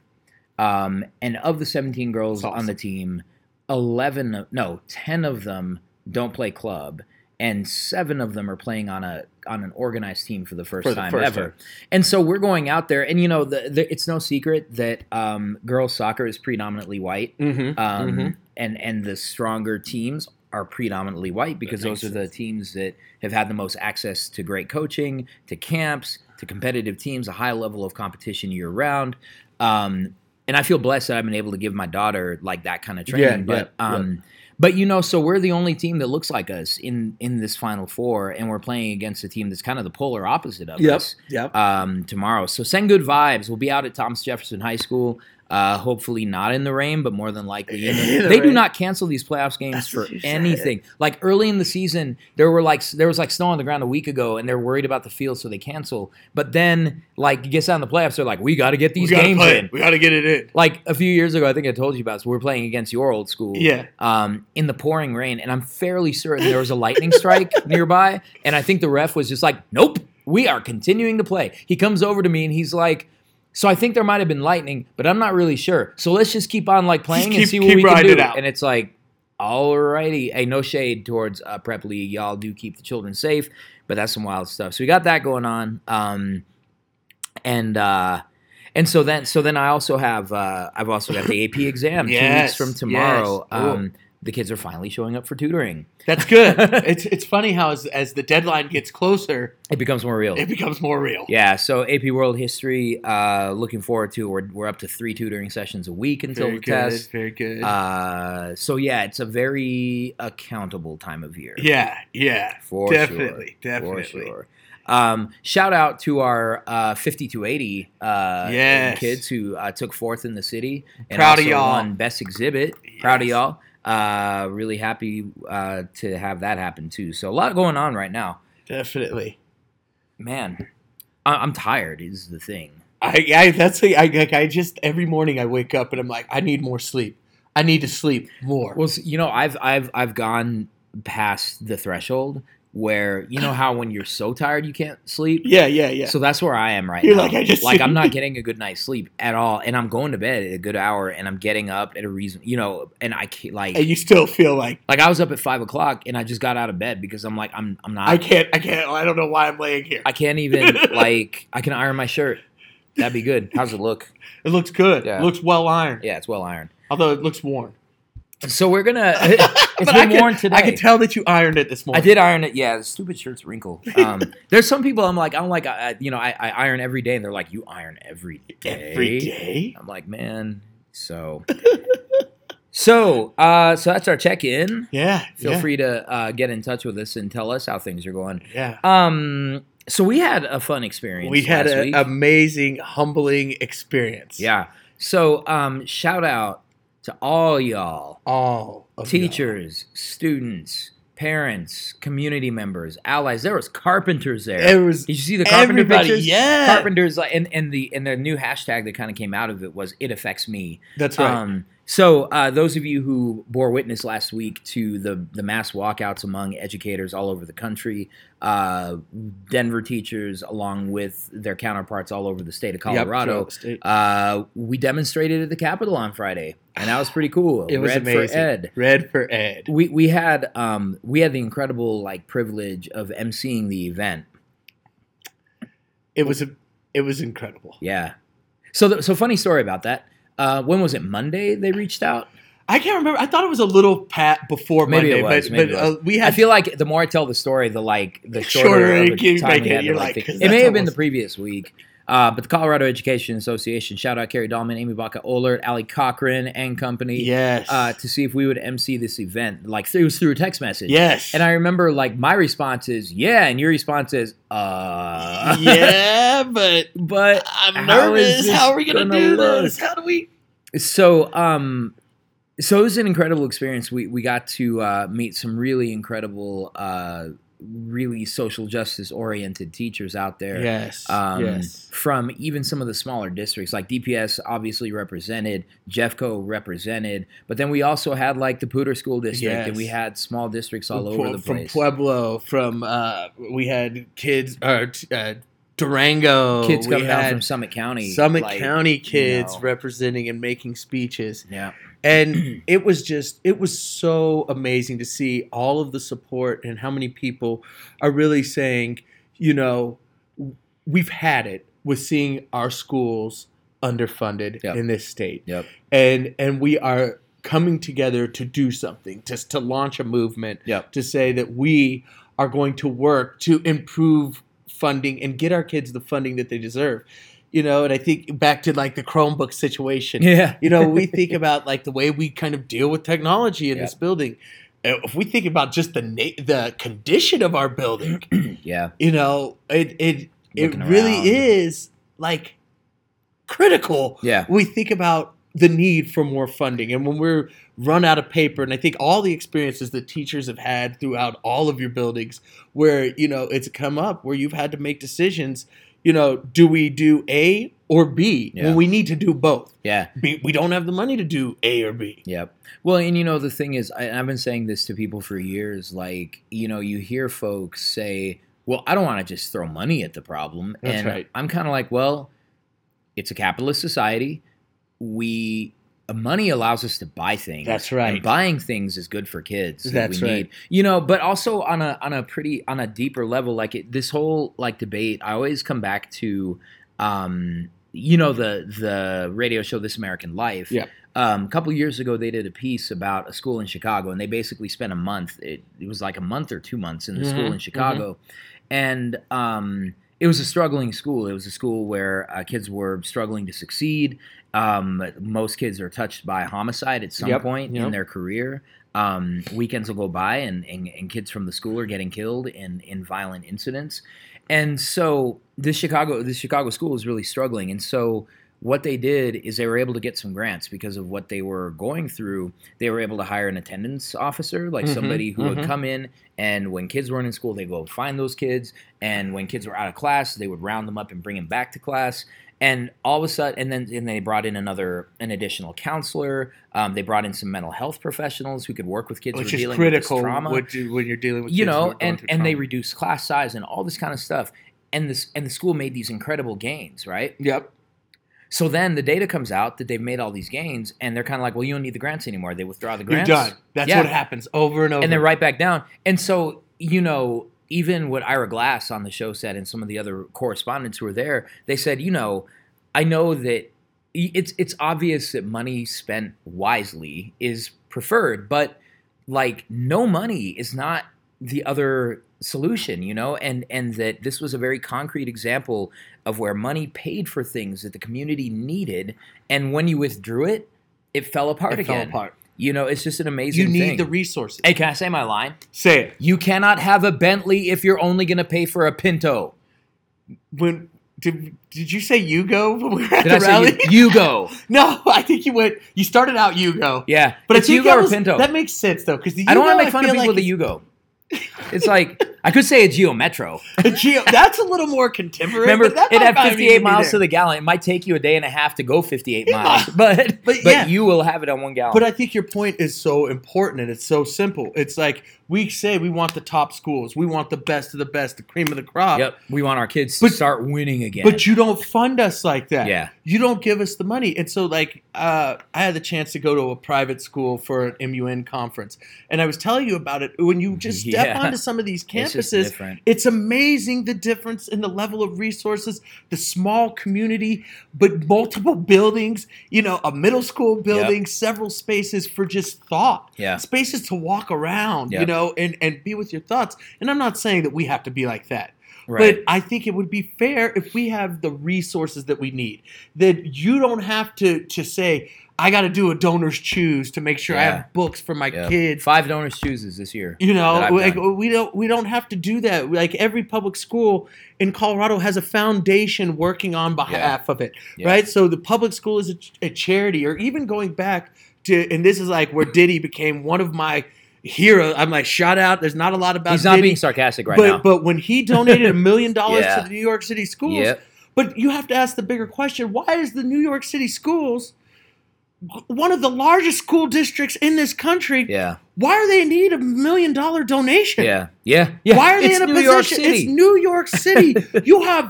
Speaker 1: Um, and of the 17 girls
Speaker 2: That's
Speaker 1: on the team, 11, of- no, 10 of them don't play club, and seven of them are playing on a on an organized team for the first
Speaker 2: For the
Speaker 1: time
Speaker 2: first
Speaker 1: ever.
Speaker 2: time.
Speaker 1: And so we're going out there, and you know, the, the, it's no secret that um, girls soccer is predominantly white,
Speaker 2: Mhm.
Speaker 1: um,
Speaker 2: Mhm.
Speaker 1: and and the stronger teams are predominantly white because
Speaker 2: makes
Speaker 1: those are the teams that have had the most access to great coaching, to camps, to competitive teams, a high level of competition year round. Um, and I feel blessed that I've been able to give my daughter like that kind of training.
Speaker 2: yeah,
Speaker 1: but
Speaker 2: yeah.
Speaker 1: um, but you know, so we're the only team that looks like us in in this final four, and we're playing against a team that's kind of the polar opposite of
Speaker 2: Yep.
Speaker 1: us
Speaker 2: Yep.
Speaker 1: um, tomorrow. So send good vibes. We'll be out at Thomas Jefferson High School. Uh, hopefully not in the rain, but more than likely in the,
Speaker 2: In the
Speaker 1: they do
Speaker 2: rain.
Speaker 1: not cancel these playoffs games
Speaker 2: That's
Speaker 1: for
Speaker 2: what you said.
Speaker 1: anything. Like early in the season, there were like there was like snow on the ground a week ago, and they're worried about the field, so they cancel. But then, like it gets out in the playoffs, they're like, we got to get these
Speaker 2: we gotta
Speaker 1: games
Speaker 2: play it.
Speaker 1: in.
Speaker 2: We gotta get it in.
Speaker 1: Like a few years ago, I think I told you about. This, we were playing against your old school,
Speaker 2: Yeah.
Speaker 1: um, in the pouring rain, and I'm fairly certain there was a lightning strike nearby, and I think the ref was just like, "Nope, we are continuing to play." He comes over to me and he's like, "So I think there might have been lightning, but I'm not really sure. So let's just keep on like playing and
Speaker 2: keep-
Speaker 1: see what
Speaker 2: keep
Speaker 1: we can
Speaker 2: riding
Speaker 1: do."
Speaker 2: it out.
Speaker 1: And it's like, "Alrighty, hey, no shade towards uh, prep league, y'all do keep the children safe, but that's some wild stuff." So we got that going on, um, and. uh and so then, so then I also have uh, I've also got the AP exam two weeks
Speaker 2: Yes,
Speaker 1: from
Speaker 2: yes.
Speaker 1: tomorrow.
Speaker 2: Ooh.
Speaker 1: Um, the kids are finally showing up for tutoring.
Speaker 2: That's good. it's it's funny how as, as the deadline gets closer,
Speaker 1: It becomes more real.
Speaker 2: it becomes more real.
Speaker 1: Yeah, so AP World History, uh, looking forward to. We're, we're up to three tutoring sessions a week until
Speaker 2: Very
Speaker 1: the
Speaker 2: good.
Speaker 1: test.
Speaker 2: Very good.
Speaker 1: Uh, so yeah, it's a very accountable time of year.
Speaker 2: yeah. Yeah.
Speaker 1: for
Speaker 2: definitely.
Speaker 1: sure.
Speaker 2: Definitely.
Speaker 1: For sure. Um, shout out to our uh, 5280 uh,
Speaker 2: Yes.
Speaker 1: kids who uh, took fourth in the city and
Speaker 2: Proud of
Speaker 1: also
Speaker 2: y'all.
Speaker 1: won best exhibit. Proud of
Speaker 2: Yes.
Speaker 1: y'all. Uh, really happy uh, to have that happen too. So a lot going on right now.
Speaker 2: Definitely.
Speaker 1: man I- i'm tired is the thing
Speaker 2: I, I that's the, I like I just every morning I wake up and I'm like I need more sleep. I need to sleep more.
Speaker 1: well s- you know i've i've i've gone past the threshold where you know how when you're so tired you can't sleep
Speaker 2: yeah, yeah, yeah.
Speaker 1: so that's where i am right
Speaker 2: You're
Speaker 1: now
Speaker 2: like, I just-
Speaker 1: like i'm not getting a good night's sleep at all and i'm going to bed at a good hour and i'm getting up at a reason you know and i can't like
Speaker 2: and you still feel like
Speaker 1: like i was up at five o'clock and i just got out of bed because i'm like i'm i'm not
Speaker 2: I can't I can't I don't know why I'm laying here.
Speaker 1: i can't even like i can iron my shirt that'd be good how's it look
Speaker 2: It looks good.
Speaker 1: Yeah.
Speaker 2: It looks well ironed.
Speaker 1: yeah it's well ironed
Speaker 2: Although it looks worn.
Speaker 1: so we're gonna
Speaker 2: But
Speaker 1: it's
Speaker 2: I
Speaker 1: been
Speaker 2: can,
Speaker 1: worn today
Speaker 2: I can tell that you ironed it
Speaker 1: I
Speaker 2: this morning.
Speaker 1: did iron it. Yeah, the stupid shirts wrinkle. Um, there's some people I'm like, I'm like, I, I- you know, I, I iron every day, and they're like, you iron every day.
Speaker 2: every day.
Speaker 1: I'm like, man. So, so, uh, so that's our check in.
Speaker 2: Yeah.
Speaker 1: Feel
Speaker 2: yeah,
Speaker 1: free to uh, get in touch with us and tell us how things are going.
Speaker 2: Yeah.
Speaker 1: Um, so we had a fun experience.
Speaker 2: We had
Speaker 1: last
Speaker 2: an
Speaker 1: week.
Speaker 2: amazing, humbling experience.
Speaker 1: yeah. So, um, shout out to all y'all
Speaker 2: All of y'all.
Speaker 1: teachers, students, parents, community members, allies. There was carpenters there.
Speaker 2: It was
Speaker 1: Did you see the carpenter
Speaker 2: everybody.
Speaker 1: pictures?
Speaker 2: Yeah.
Speaker 1: Carpenters like, and, and the and the new hashtag that kind of came out of it was it affects me.
Speaker 2: That's right.
Speaker 1: Um, so uh, those of you who bore witness last week to the the mass walkouts among educators all over the country, uh, Denver teachers along with their counterparts all over the state of
Speaker 2: Yep,
Speaker 1: Colorado,
Speaker 2: throughout the state.
Speaker 1: uh, we demonstrated at the Capitol on Friday, and that was pretty cool.
Speaker 2: It was
Speaker 1: Red for
Speaker 2: amazing.
Speaker 1: Ed
Speaker 2: Red for Ed.
Speaker 1: we we had um we had the incredible like privilege of emceeing the event.
Speaker 2: It was a, it was incredible.
Speaker 1: Yeah. So the, so funny story about that. Uh, when was it Monday they reached out?
Speaker 2: I can't remember. I thought it was a little pat before
Speaker 1: Maybe
Speaker 2: Monday,
Speaker 1: it was,
Speaker 2: but,
Speaker 1: maybe
Speaker 2: but
Speaker 1: it was.
Speaker 2: Uh, we
Speaker 1: I
Speaker 2: had
Speaker 1: feel like the more I tell the story, the like the shorter,
Speaker 2: Shorter
Speaker 1: of
Speaker 2: it
Speaker 1: a
Speaker 2: keep
Speaker 1: time we
Speaker 2: making
Speaker 1: had
Speaker 2: it,
Speaker 1: to,
Speaker 2: you're
Speaker 1: like,
Speaker 2: like,
Speaker 1: think.
Speaker 2: 'cause
Speaker 1: It may
Speaker 2: that's
Speaker 1: have been the
Speaker 2: almost-
Speaker 1: previous week. Uh, but the Colorado Education Association, shout out Carrie Dahlman, Amy Baca Olert, Ali Cochran and company
Speaker 2: yes,
Speaker 1: uh, to see if we would MC this event. Like it was through a text message.
Speaker 2: yes,
Speaker 1: And I remember like my response is, yeah, and your response is, uh
Speaker 2: yeah, but
Speaker 1: But
Speaker 2: I'm
Speaker 1: How is
Speaker 2: nervous.
Speaker 1: this
Speaker 2: How are we gonna,
Speaker 1: gonna
Speaker 2: do
Speaker 1: look?
Speaker 2: this? How do we?
Speaker 1: so um so it was an incredible experience we we got to uh, meet some really incredible uh really social justice oriented teachers out there
Speaker 2: Yes,
Speaker 1: um, from even some of the smaller districts like dps obviously represented jeffco represented but then we also had like the pooter school district and we
Speaker 2: Yes.
Speaker 1: had small districts all
Speaker 2: From-
Speaker 1: over the
Speaker 2: from
Speaker 1: place
Speaker 2: Pueblo, from uh, we had kids or uh, Durango.
Speaker 1: kids
Speaker 2: we
Speaker 1: coming down
Speaker 2: had
Speaker 1: from summit county
Speaker 2: Summit
Speaker 1: like,
Speaker 2: County kids
Speaker 1: know.
Speaker 2: representing and making speeches.
Speaker 1: yeah
Speaker 2: and it was just it was so amazing to see all of the support and how many people are really saying you know we've had it with seeing our schools underfunded
Speaker 1: Yep.
Speaker 2: in this state
Speaker 1: yep
Speaker 2: and and we are coming together to do something just to launch a movement
Speaker 1: Yep.
Speaker 2: to say that we are going to work to improve funding and get our kids the funding that they deserve you know and i think back to like the chromebook situation
Speaker 1: yeah
Speaker 2: you know, we think about like the way we kind of deal with technology in
Speaker 1: Yeah.
Speaker 2: this building. Uh, If we think about just the na- the condition of our building,
Speaker 1: yeah
Speaker 2: you know, it it
Speaker 1: Looking
Speaker 2: it really
Speaker 1: around.
Speaker 2: is like critical.
Speaker 1: yeah
Speaker 2: We think about the need for more funding. And when we're run out of paper, and I think all the experiences that teachers have had throughout all of your buildings where, you know, it's come up where you've had to make decisions, you know, do we do A or B
Speaker 1: Yeah.
Speaker 2: when we need to do both?
Speaker 1: yeah.
Speaker 2: B, we don't have the money to do A or B.
Speaker 1: Yep. Well, and you know the thing is, I, I've been saying this to people for years. Like, you know, you hear folks say, "Well, I don't want to just throw money at the problem,"
Speaker 2: That's
Speaker 1: and
Speaker 2: right.
Speaker 1: I'm kind of like, "Well, it's a capitalist society. We uh, money allows us to buy things.
Speaker 2: That's right.
Speaker 1: And buying things is good for kids. that
Speaker 2: That's
Speaker 1: we
Speaker 2: right.
Speaker 1: Need. You know, but also on a on a pretty on a deeper level, like it, this whole like debate. I always come back to. Um, you know the the radio show This American Life um, a couple years ago they did a piece about a school in chicago and they basically spent a month it, it was like a month or two months in the school
Speaker 2: Mhm,
Speaker 1: in chicago
Speaker 2: Mm-hmm.
Speaker 1: and um, it was a struggling school it was a school where uh, kids were struggling to succeed um, most kids are touched by homicide at some
Speaker 2: Yep,
Speaker 1: point
Speaker 2: yep.
Speaker 1: in their career um, weekends will go by and, and, and kids from the school are getting killed in, in violent incidents and so this chicago this chicago school is really struggling and so what they did is they were able to get some grants because of what they were going through. They were able to hire an attendance officer, like
Speaker 2: Mhm,
Speaker 1: somebody who
Speaker 2: mhm.
Speaker 1: would come in and when kids weren't in school, they would go find those kids. And when kids were out of class, they would round them up and bring them back to class. And all of a sudden, and then and they brought in another, an additional counselor. Um, they brought in some mental health professionals who could work with kids who
Speaker 2: Which
Speaker 1: were
Speaker 2: is
Speaker 1: dealing
Speaker 2: critical
Speaker 1: with this trauma
Speaker 2: what you- when you're dealing with
Speaker 1: you
Speaker 2: kids who
Speaker 1: know
Speaker 2: are going
Speaker 1: and
Speaker 2: through
Speaker 1: and they
Speaker 2: trauma.
Speaker 1: reduced class size and all this kind of stuff and this and the school made these incredible gains right
Speaker 2: Yep.
Speaker 1: so then the data comes out that they've made all these gains and they're kind of like well you don't need the grants anymore they withdraw the grants
Speaker 2: You're done. That's
Speaker 1: Yeah.
Speaker 2: what happens over and over.
Speaker 1: and then right back down and so you know even what ira glass on the show said and some of the other correspondents who were there they said you know i know that y- it's it's obvious that money spent wisely is preferred but like no money is not the other solution you know and and that this was a very concrete example of where money paid for things that the community needed and when you withdrew it it fell apart
Speaker 2: it fell
Speaker 1: again
Speaker 2: apart.
Speaker 1: you know it's just an amazing
Speaker 2: You need
Speaker 1: thing.
Speaker 2: the resources.
Speaker 1: hey can i say my line
Speaker 2: Say it.
Speaker 1: you cannot have a bentley if you're only going to pay for a pinto
Speaker 2: When did did you say you go when we were at
Speaker 1: did
Speaker 2: the
Speaker 1: i say
Speaker 2: rally?
Speaker 1: you, you go
Speaker 2: No, I think you went. You started out you go.
Speaker 1: yeah
Speaker 2: But
Speaker 1: it's
Speaker 2: I think
Speaker 1: you go
Speaker 2: that
Speaker 1: or
Speaker 2: was-
Speaker 1: pinto
Speaker 2: That makes sense though, because
Speaker 1: i don't want to make fun of people
Speaker 2: like
Speaker 1: that you go it's like i could say a geo metro
Speaker 2: the Geo. That's a little more contemporary.
Speaker 1: Remember,
Speaker 2: but that
Speaker 1: it
Speaker 2: might
Speaker 1: had
Speaker 2: not even
Speaker 1: 58
Speaker 2: be
Speaker 1: miles
Speaker 2: there.
Speaker 1: to the gallon. It might take you a day and a half to go 58
Speaker 2: Yeah.
Speaker 1: miles, but
Speaker 2: But
Speaker 1: but,
Speaker 2: yeah.
Speaker 1: you will have it on one gallon.
Speaker 2: But uh, I think your point is so important and it's so simple. It's like we say we want the top schools, we want the best of the best, the cream of the crop.
Speaker 1: yep, we want our kids
Speaker 2: But-
Speaker 1: to start winning again.
Speaker 2: But you don't fund us like that.
Speaker 1: yeah,
Speaker 2: you don't give us the money. And so, like, uh, I had the chance to go to a private school for an MUN conference, and I was telling you about it. When you just step
Speaker 1: Yeah.
Speaker 2: onto some of these
Speaker 1: it's just
Speaker 2: campuses,
Speaker 1: different.
Speaker 2: it's amazing the difference in the level of resources, the small community, but multiple buildings, you know, a middle school building, several spaces for just thought,
Speaker 1: Yeah.
Speaker 2: spaces to walk around, you
Speaker 1: Yep.
Speaker 2: know, and, and be with your thoughts. And I'm not saying that we have to be like that.
Speaker 1: Right.
Speaker 2: But I think it would be fair if we have the resources that we need. That you don't have to to say, I gotta do a donor's choose to make sure I
Speaker 1: Yeah.
Speaker 2: have books for my
Speaker 1: Yeah.
Speaker 2: kids.
Speaker 1: Five donors chooses this year.
Speaker 2: You know,
Speaker 1: that I've
Speaker 2: like
Speaker 1: done.
Speaker 2: we don't we don't have to do that. Like every public school in Colorado has a foundation working on behalf of it,
Speaker 1: Yeah.
Speaker 2: right? So the public school is a, ch- a charity, or even going back to, and this is like where Diddy became one of my heroes. I'm like, shout out. There's not a lot about
Speaker 1: He's not
Speaker 2: Diddy,
Speaker 1: being sarcastic right
Speaker 2: but
Speaker 1: now.
Speaker 2: but when he donated a million dollars
Speaker 1: Yeah.
Speaker 2: to the New York City schools,
Speaker 1: Yep.
Speaker 2: but you have to ask the bigger question: Why is the New York City schools g- one of the largest school districts in this country?
Speaker 1: yeah,
Speaker 2: Why are they in need of a million dollar donation?
Speaker 1: yeah, yeah, yeah.
Speaker 2: Why are they
Speaker 1: It's
Speaker 2: in a
Speaker 1: New
Speaker 2: position?
Speaker 1: York City?
Speaker 2: It's New York City. you have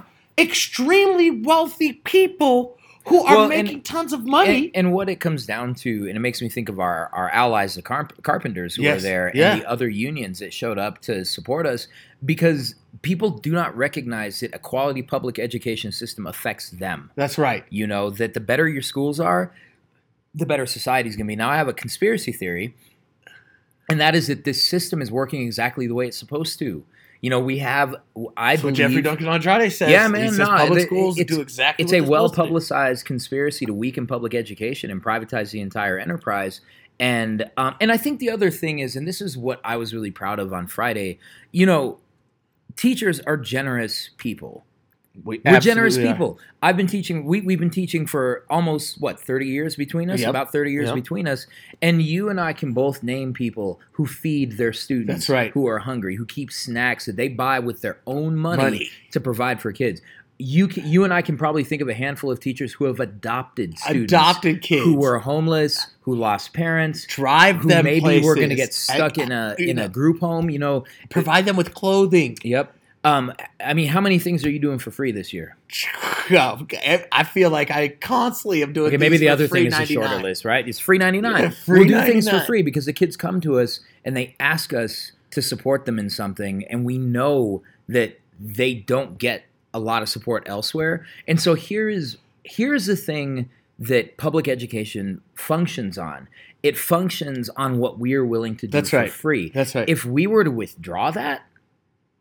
Speaker 2: extremely wealthy people who are
Speaker 1: Well, and-
Speaker 2: making tons of money.
Speaker 1: And, and what it comes down to, and it makes me think of our, our allies, the carp- carpenters who
Speaker 2: Yes,
Speaker 1: were there,
Speaker 2: yeah.
Speaker 1: and the other unions that showed up to support us, because people do not recognize that a quality public education system affects them.
Speaker 2: That's right.
Speaker 1: You know, that the better your schools are, the better society's going to be. Now, I have a conspiracy theory, and that is that this system is working exactly the way it's supposed to. You know, we have, I
Speaker 2: That's
Speaker 1: believe,
Speaker 2: what Jeffrey Duncan Andrade says.
Speaker 1: Yeah, man,
Speaker 2: He says
Speaker 1: no,
Speaker 2: public
Speaker 1: it-
Speaker 2: schools
Speaker 1: it's-
Speaker 2: do exactly.
Speaker 1: it's
Speaker 2: what
Speaker 1: a
Speaker 2: they're supposed to do.
Speaker 1: well-publicized conspiracy to weaken public education and privatize the entire enterprise. And um, and I think the other thing is, and this is what I was really proud of on Friday. You know, teachers are generous people.
Speaker 2: We
Speaker 1: We're generous
Speaker 2: absolutely are.
Speaker 1: people. I've been teaching. We we've been teaching for almost what thirty years between us.
Speaker 2: Yep.
Speaker 1: About thirty years
Speaker 2: Yep.
Speaker 1: between us, and you and I can both name people who feed their students.
Speaker 2: That's right.
Speaker 1: Who are hungry? Who keep snacks that they buy with their own money,
Speaker 2: Money.
Speaker 1: to provide for kids. You can, you and I can probably think of a handful of teachers who have adopted students
Speaker 2: Adopted kids
Speaker 1: who were homeless, who lost parents,
Speaker 2: drive
Speaker 1: who
Speaker 2: them
Speaker 1: maybe
Speaker 2: places.
Speaker 1: were going to get stuck in a
Speaker 2: you
Speaker 1: in
Speaker 2: know.
Speaker 1: a group home. You know.
Speaker 2: provide them with clothing.
Speaker 1: Yep. Um, I mean, how many things are you doing for free this year?
Speaker 2: I feel like I constantly am doing.
Speaker 1: Okay, maybe
Speaker 2: things
Speaker 1: the
Speaker 2: for
Speaker 1: other
Speaker 2: free
Speaker 1: thing is a
Speaker 2: 99.
Speaker 1: shorter list, right? It's free ninety nine.
Speaker 2: Yeah, free
Speaker 1: we'll do things for
Speaker 2: 99.
Speaker 1: free because the kids come to us and they ask us to support them in something, and we know that they don't get a lot of support elsewhere. And so here is here is the thing that public education functions on. It functions on what we are willing to do
Speaker 2: That's
Speaker 1: for
Speaker 2: right.
Speaker 1: free.
Speaker 2: That's right.
Speaker 1: If we were to withdraw that,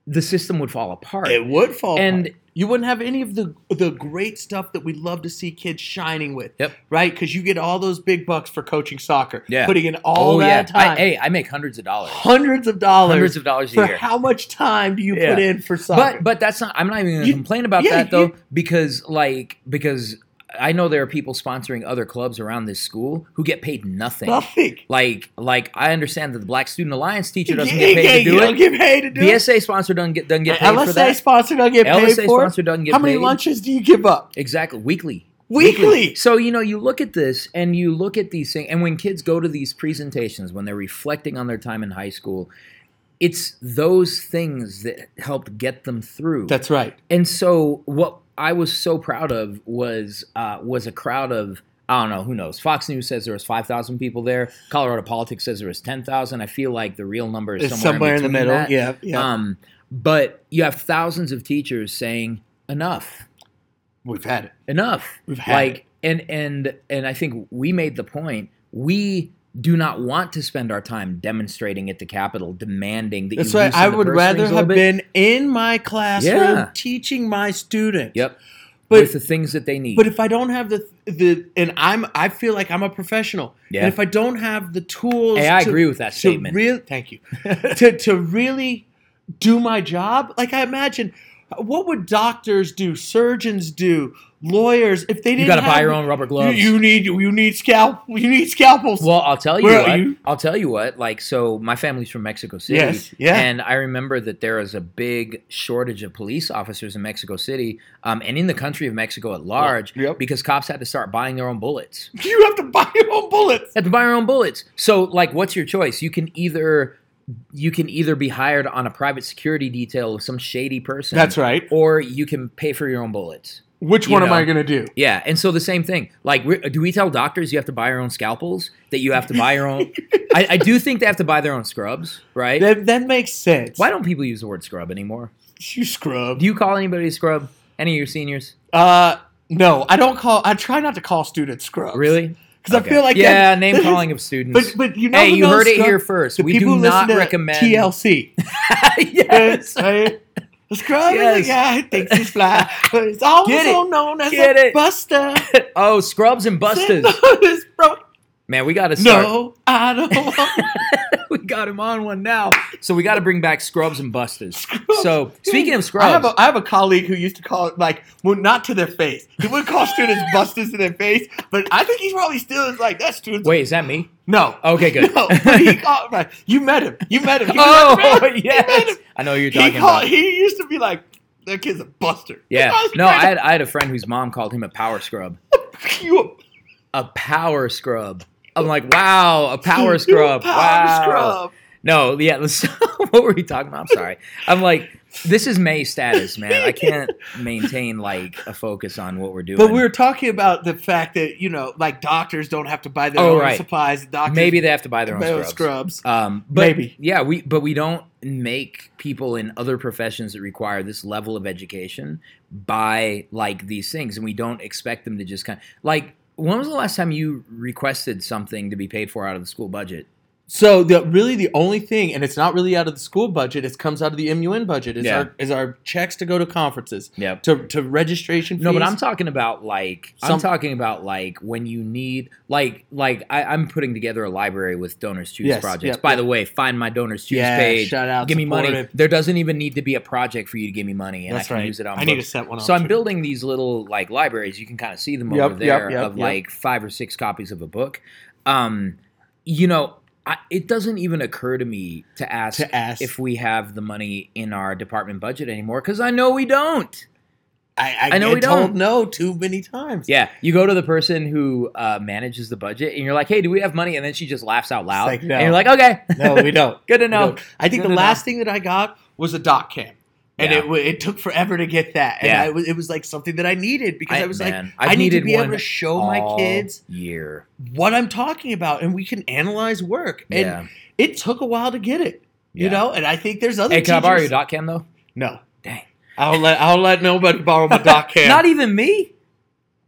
Speaker 1: the system would fall apart.
Speaker 2: it would fall,
Speaker 1: And-
Speaker 2: apart. you wouldn't have any of the the great stuff that we love to see kids shining with.
Speaker 1: Yep.
Speaker 2: Right, because you get all those big bucks for coaching soccer.
Speaker 1: Yeah.
Speaker 2: Putting in all
Speaker 1: oh yeah.
Speaker 2: that
Speaker 1: I-
Speaker 2: time,
Speaker 1: hey, I make hundreds of dollars.
Speaker 2: hundreds of dollars.
Speaker 1: Hundreds of dollars a
Speaker 2: for
Speaker 1: year.
Speaker 2: how much time do you
Speaker 1: Yeah.
Speaker 2: put in for soccer?
Speaker 1: But but that's not. I'm not even going to
Speaker 2: You-
Speaker 1: complain about
Speaker 2: yeah,
Speaker 1: that though,
Speaker 2: you-
Speaker 1: because like because I know there are people sponsoring other clubs around this school who get paid nothing.
Speaker 2: nothing.
Speaker 1: Like like I understand that the Black Student Alliance teacher doesn't get
Speaker 2: You-
Speaker 1: paid
Speaker 2: you don't
Speaker 1: to do it.
Speaker 2: get paid to do
Speaker 1: The
Speaker 2: it.
Speaker 1: SA sponsor doesn't get doesn't get paid
Speaker 2: LSA
Speaker 1: for that.
Speaker 2: sponsor don't get paid
Speaker 1: LSA
Speaker 2: for. it.
Speaker 1: sponsor doesn't get
Speaker 2: How many
Speaker 1: paid.
Speaker 2: lunches do you give up
Speaker 1: Exactly weekly.
Speaker 2: weekly?
Speaker 1: So you know, you look at this and you look at these things, and when kids go to these presentations, when they're reflecting on their time in high school, it's those things that helped get them through.
Speaker 2: That's right.
Speaker 1: And so what I was so proud of was uh, was a crowd of I don't know who knows. Fox News says there was five thousand people there. Colorado Politics says there was ten thousand. I feel like the real number is
Speaker 2: It's
Speaker 1: somewhere,
Speaker 2: somewhere in the
Speaker 1: between
Speaker 2: middle.
Speaker 1: that.
Speaker 2: Yeah, yeah.
Speaker 1: Um, but you have thousands of teachers saying enough,
Speaker 2: We've had it.
Speaker 1: enough.
Speaker 2: We've had
Speaker 1: like
Speaker 2: it.
Speaker 1: and and and I think we made the point we. Do not want to spend our time demonstrating it to capital, demanding that
Speaker 2: That's
Speaker 1: you.
Speaker 2: right.
Speaker 1: loosen
Speaker 2: I
Speaker 1: the
Speaker 2: would
Speaker 1: purse
Speaker 2: rather
Speaker 1: strings a
Speaker 2: have
Speaker 1: little bit.
Speaker 2: been in my classroom
Speaker 1: Yeah.
Speaker 2: teaching my students.
Speaker 1: Yep.
Speaker 2: But-
Speaker 1: with the things that they need.
Speaker 2: But if I don't have the the and I'm I feel like I'm a professional.
Speaker 1: Yeah.
Speaker 2: And if I don't have the tools,
Speaker 1: Hey, I
Speaker 2: to-
Speaker 1: agree with that
Speaker 2: to
Speaker 1: statement.
Speaker 2: Real, thank you. to to really do my job, like I imagine, what would doctors do? Surgeons do? Lawyers? If they didn't,
Speaker 1: you got to buy
Speaker 2: have-
Speaker 1: your own rubber
Speaker 2: You,
Speaker 1: gloves.
Speaker 2: you need you need scalp. You need scalpels.
Speaker 1: well, I'll tell you
Speaker 2: Where are
Speaker 1: what.
Speaker 2: you?
Speaker 1: I'll tell you what. Like, so my family's from Mexico City.
Speaker 2: Yes, yeah.
Speaker 1: And I remember that there is a big shortage of police officers in Mexico City, um, and in the country of Mexico at large,
Speaker 2: Yep.
Speaker 1: because cops had to start buying their own bullets.
Speaker 2: you have to buy your own bullets.
Speaker 1: Had to buy your own bullets. So, like, what's your choice? You can either you can either be hired on a private security detail of some shady person.
Speaker 2: That's right.
Speaker 1: Or you can pay for your own bullets.
Speaker 2: Which
Speaker 1: You
Speaker 2: one am
Speaker 1: know.
Speaker 2: I going to do?
Speaker 1: Yeah, and so the same thing. Like, we do we tell doctors you have to buy your own scalpels? That you have to buy your own? I, I do think they have to buy their own scrubs, right?
Speaker 2: That, that makes sense.
Speaker 1: Why don't people use the word scrub anymore?
Speaker 2: you scrub?
Speaker 1: Do you call anybody a scrub? Any of your seniors?
Speaker 2: Uh, no, I don't call. I try not to call students scrubs.
Speaker 1: Really?
Speaker 2: 'Cause I feel like
Speaker 1: yeah,
Speaker 2: that-
Speaker 1: name calling of students.
Speaker 2: But but you know,
Speaker 1: hey,
Speaker 2: who
Speaker 1: you
Speaker 2: knows
Speaker 1: heard it
Speaker 2: scrub-
Speaker 1: here first.
Speaker 2: The
Speaker 1: We
Speaker 2: people
Speaker 1: do
Speaker 2: who
Speaker 1: not
Speaker 2: listen to
Speaker 1: recommend.
Speaker 2: TLC.
Speaker 1: yes.
Speaker 2: Right? The scrub
Speaker 1: Yes.
Speaker 2: is a guy who thinks he's fly, but it's also
Speaker 1: Get it.
Speaker 2: known as
Speaker 1: Get
Speaker 2: a
Speaker 1: it.
Speaker 2: buster.
Speaker 1: Oh, scrubs and busters.
Speaker 2: It's broke.
Speaker 1: Man, we got to start.
Speaker 2: no, I don't want
Speaker 1: we got him on one now. So we got to bring back scrubs and busters.
Speaker 2: Scrubs.
Speaker 1: So speaking of
Speaker 2: I have,
Speaker 1: scrubs,
Speaker 2: a, I have a colleague who used to call it like, well, not to their face. He would call students busters to their face, but I think he probably still is like that student's
Speaker 1: wait, is that me?
Speaker 2: No.
Speaker 1: Okay, good.
Speaker 2: No, but he called, right. You met him. You met him. He was like,
Speaker 1: Oh
Speaker 2: "Man, you met
Speaker 1: yes,
Speaker 2: him."
Speaker 1: I know who you're
Speaker 2: He
Speaker 1: talking
Speaker 2: called.
Speaker 1: about.
Speaker 2: He used to be like, "That kid's a buster."
Speaker 1: Yeah,
Speaker 2: I was
Speaker 1: no, I
Speaker 2: like,
Speaker 1: had, I had a friend whose mom called him a power scrub.
Speaker 2: "You a-
Speaker 1: A power scrub. I'm like, wow, a
Speaker 2: you
Speaker 1: power
Speaker 2: a
Speaker 1: scrub.
Speaker 2: power
Speaker 1: wow.
Speaker 2: scrub.
Speaker 1: No, yeah. let's- what were we talking about? I'm sorry. I'm like, this is May status, man. I can't maintain like a focus on what we're doing.
Speaker 2: But we were talking about the fact that you know, like doctors don't have to buy their
Speaker 1: Oh,
Speaker 2: own
Speaker 1: right.
Speaker 2: supplies. Doctors
Speaker 1: maybe they have to buy their own
Speaker 2: buy their own
Speaker 1: scrubs.
Speaker 2: scrubs.
Speaker 1: Um, but
Speaker 2: Maybe.
Speaker 1: yeah, we but we don't make people in other professions that require this level of education buy like these things, and we don't expect them to just kind of like. When was the last time you requested something to be paid for out of the school budget?
Speaker 2: So the really the only thing, and it's not really out of the school budget. It comes out of the MUN budget. Is
Speaker 1: Yeah.
Speaker 2: our is our checks to go to conferences
Speaker 1: Yep.
Speaker 2: to to registration. Fees.
Speaker 1: No, but I'm talking about like I'm
Speaker 2: Some-
Speaker 1: talking about like when you need like like I, I'm putting together a library with donors choose
Speaker 2: Yes,
Speaker 1: projects.
Speaker 2: yep,
Speaker 1: By
Speaker 2: yep.
Speaker 1: the way, find my donors choose
Speaker 2: Yeah,
Speaker 1: page.
Speaker 2: shout out,
Speaker 1: give me
Speaker 2: support
Speaker 1: money.
Speaker 2: it.
Speaker 1: There doesn't even need to be a project for you to give me money, and I
Speaker 2: That's
Speaker 1: can
Speaker 2: right.
Speaker 1: use it on.
Speaker 2: I need to
Speaker 1: books.
Speaker 2: set one up.
Speaker 1: So I'm
Speaker 2: too.
Speaker 1: building these little like libraries. You can kind of see them
Speaker 2: Yep,
Speaker 1: over
Speaker 2: yep,
Speaker 1: there
Speaker 2: yep,
Speaker 1: of
Speaker 2: yep.
Speaker 1: like five or six copies of a book. Um, you know, I, it doesn't even occur to me to ask,
Speaker 2: to ask.
Speaker 1: if we have the money in our department budget anymore because I know we don't.
Speaker 2: I, I,
Speaker 1: I know
Speaker 2: get
Speaker 1: we
Speaker 2: told
Speaker 1: don't.
Speaker 2: no too many times.
Speaker 1: Yeah, you go to the person who uh, manages the budget and you're like, "Hey, do we have money?" And then she just laughs out loud,
Speaker 2: like,
Speaker 1: and
Speaker 2: no.
Speaker 1: you're like, "Okay,
Speaker 2: No, we don't.
Speaker 1: good to
Speaker 2: We
Speaker 1: know."
Speaker 2: don't. I think
Speaker 1: No,
Speaker 2: the
Speaker 1: no, no.
Speaker 2: last thing that I got was a doc cam. And
Speaker 1: Yeah.
Speaker 2: it it, it took forever to get that. And
Speaker 1: Yeah.
Speaker 2: I was it was like something that I needed because I, was like,
Speaker 1: man,
Speaker 2: I
Speaker 1: I've
Speaker 2: need to
Speaker 1: needed
Speaker 2: be able
Speaker 1: one
Speaker 2: to show my
Speaker 1: all
Speaker 2: kids
Speaker 1: year.
Speaker 2: what I'm talking about and we can analyze work. And
Speaker 1: yeah,
Speaker 2: it took a while to get it. You
Speaker 1: Yeah.
Speaker 2: know, and I think there's other
Speaker 1: Hey, can I borrow your
Speaker 2: teachers-
Speaker 1: dot cam though?
Speaker 2: No.
Speaker 1: Dang.
Speaker 2: I don't let I don't let nobody borrow my doc cam.
Speaker 1: Not even me.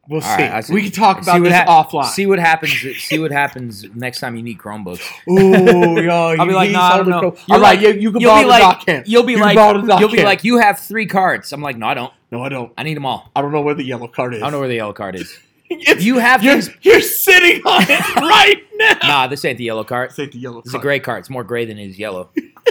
Speaker 2: we'll
Speaker 1: All
Speaker 2: see.
Speaker 1: right, I see.
Speaker 2: We can talk
Speaker 1: See
Speaker 2: about
Speaker 1: what
Speaker 2: this
Speaker 1: hap-
Speaker 2: offline.
Speaker 1: See what happens. See what happens next time you need Chromebooks.
Speaker 2: Ooh, yo, you
Speaker 1: I'll be like,
Speaker 2: need
Speaker 1: "Nah, I don't
Speaker 2: something
Speaker 1: know."
Speaker 2: to go-
Speaker 1: You're
Speaker 2: All right,
Speaker 1: like-
Speaker 2: you, you can
Speaker 1: You'll
Speaker 2: borrow
Speaker 1: be
Speaker 2: the
Speaker 1: like,
Speaker 2: doc cam.
Speaker 1: you'll be
Speaker 2: You can
Speaker 1: like,
Speaker 2: borrow the doc
Speaker 1: you'll be
Speaker 2: cam.
Speaker 1: like, you have three cards. I'm like, no, I don't.
Speaker 2: no, I don't.
Speaker 1: I need them all.
Speaker 2: I don't know where the yellow card is.
Speaker 1: I don't know where the yellow card is.
Speaker 2: It's-
Speaker 1: You have
Speaker 2: you're,
Speaker 1: things.
Speaker 2: you're sitting on it right now.
Speaker 1: Nah, this ain't the yellow card.
Speaker 2: It's like the yellow
Speaker 1: It's a
Speaker 2: card.
Speaker 1: gray card. It's more gray than it is yellow.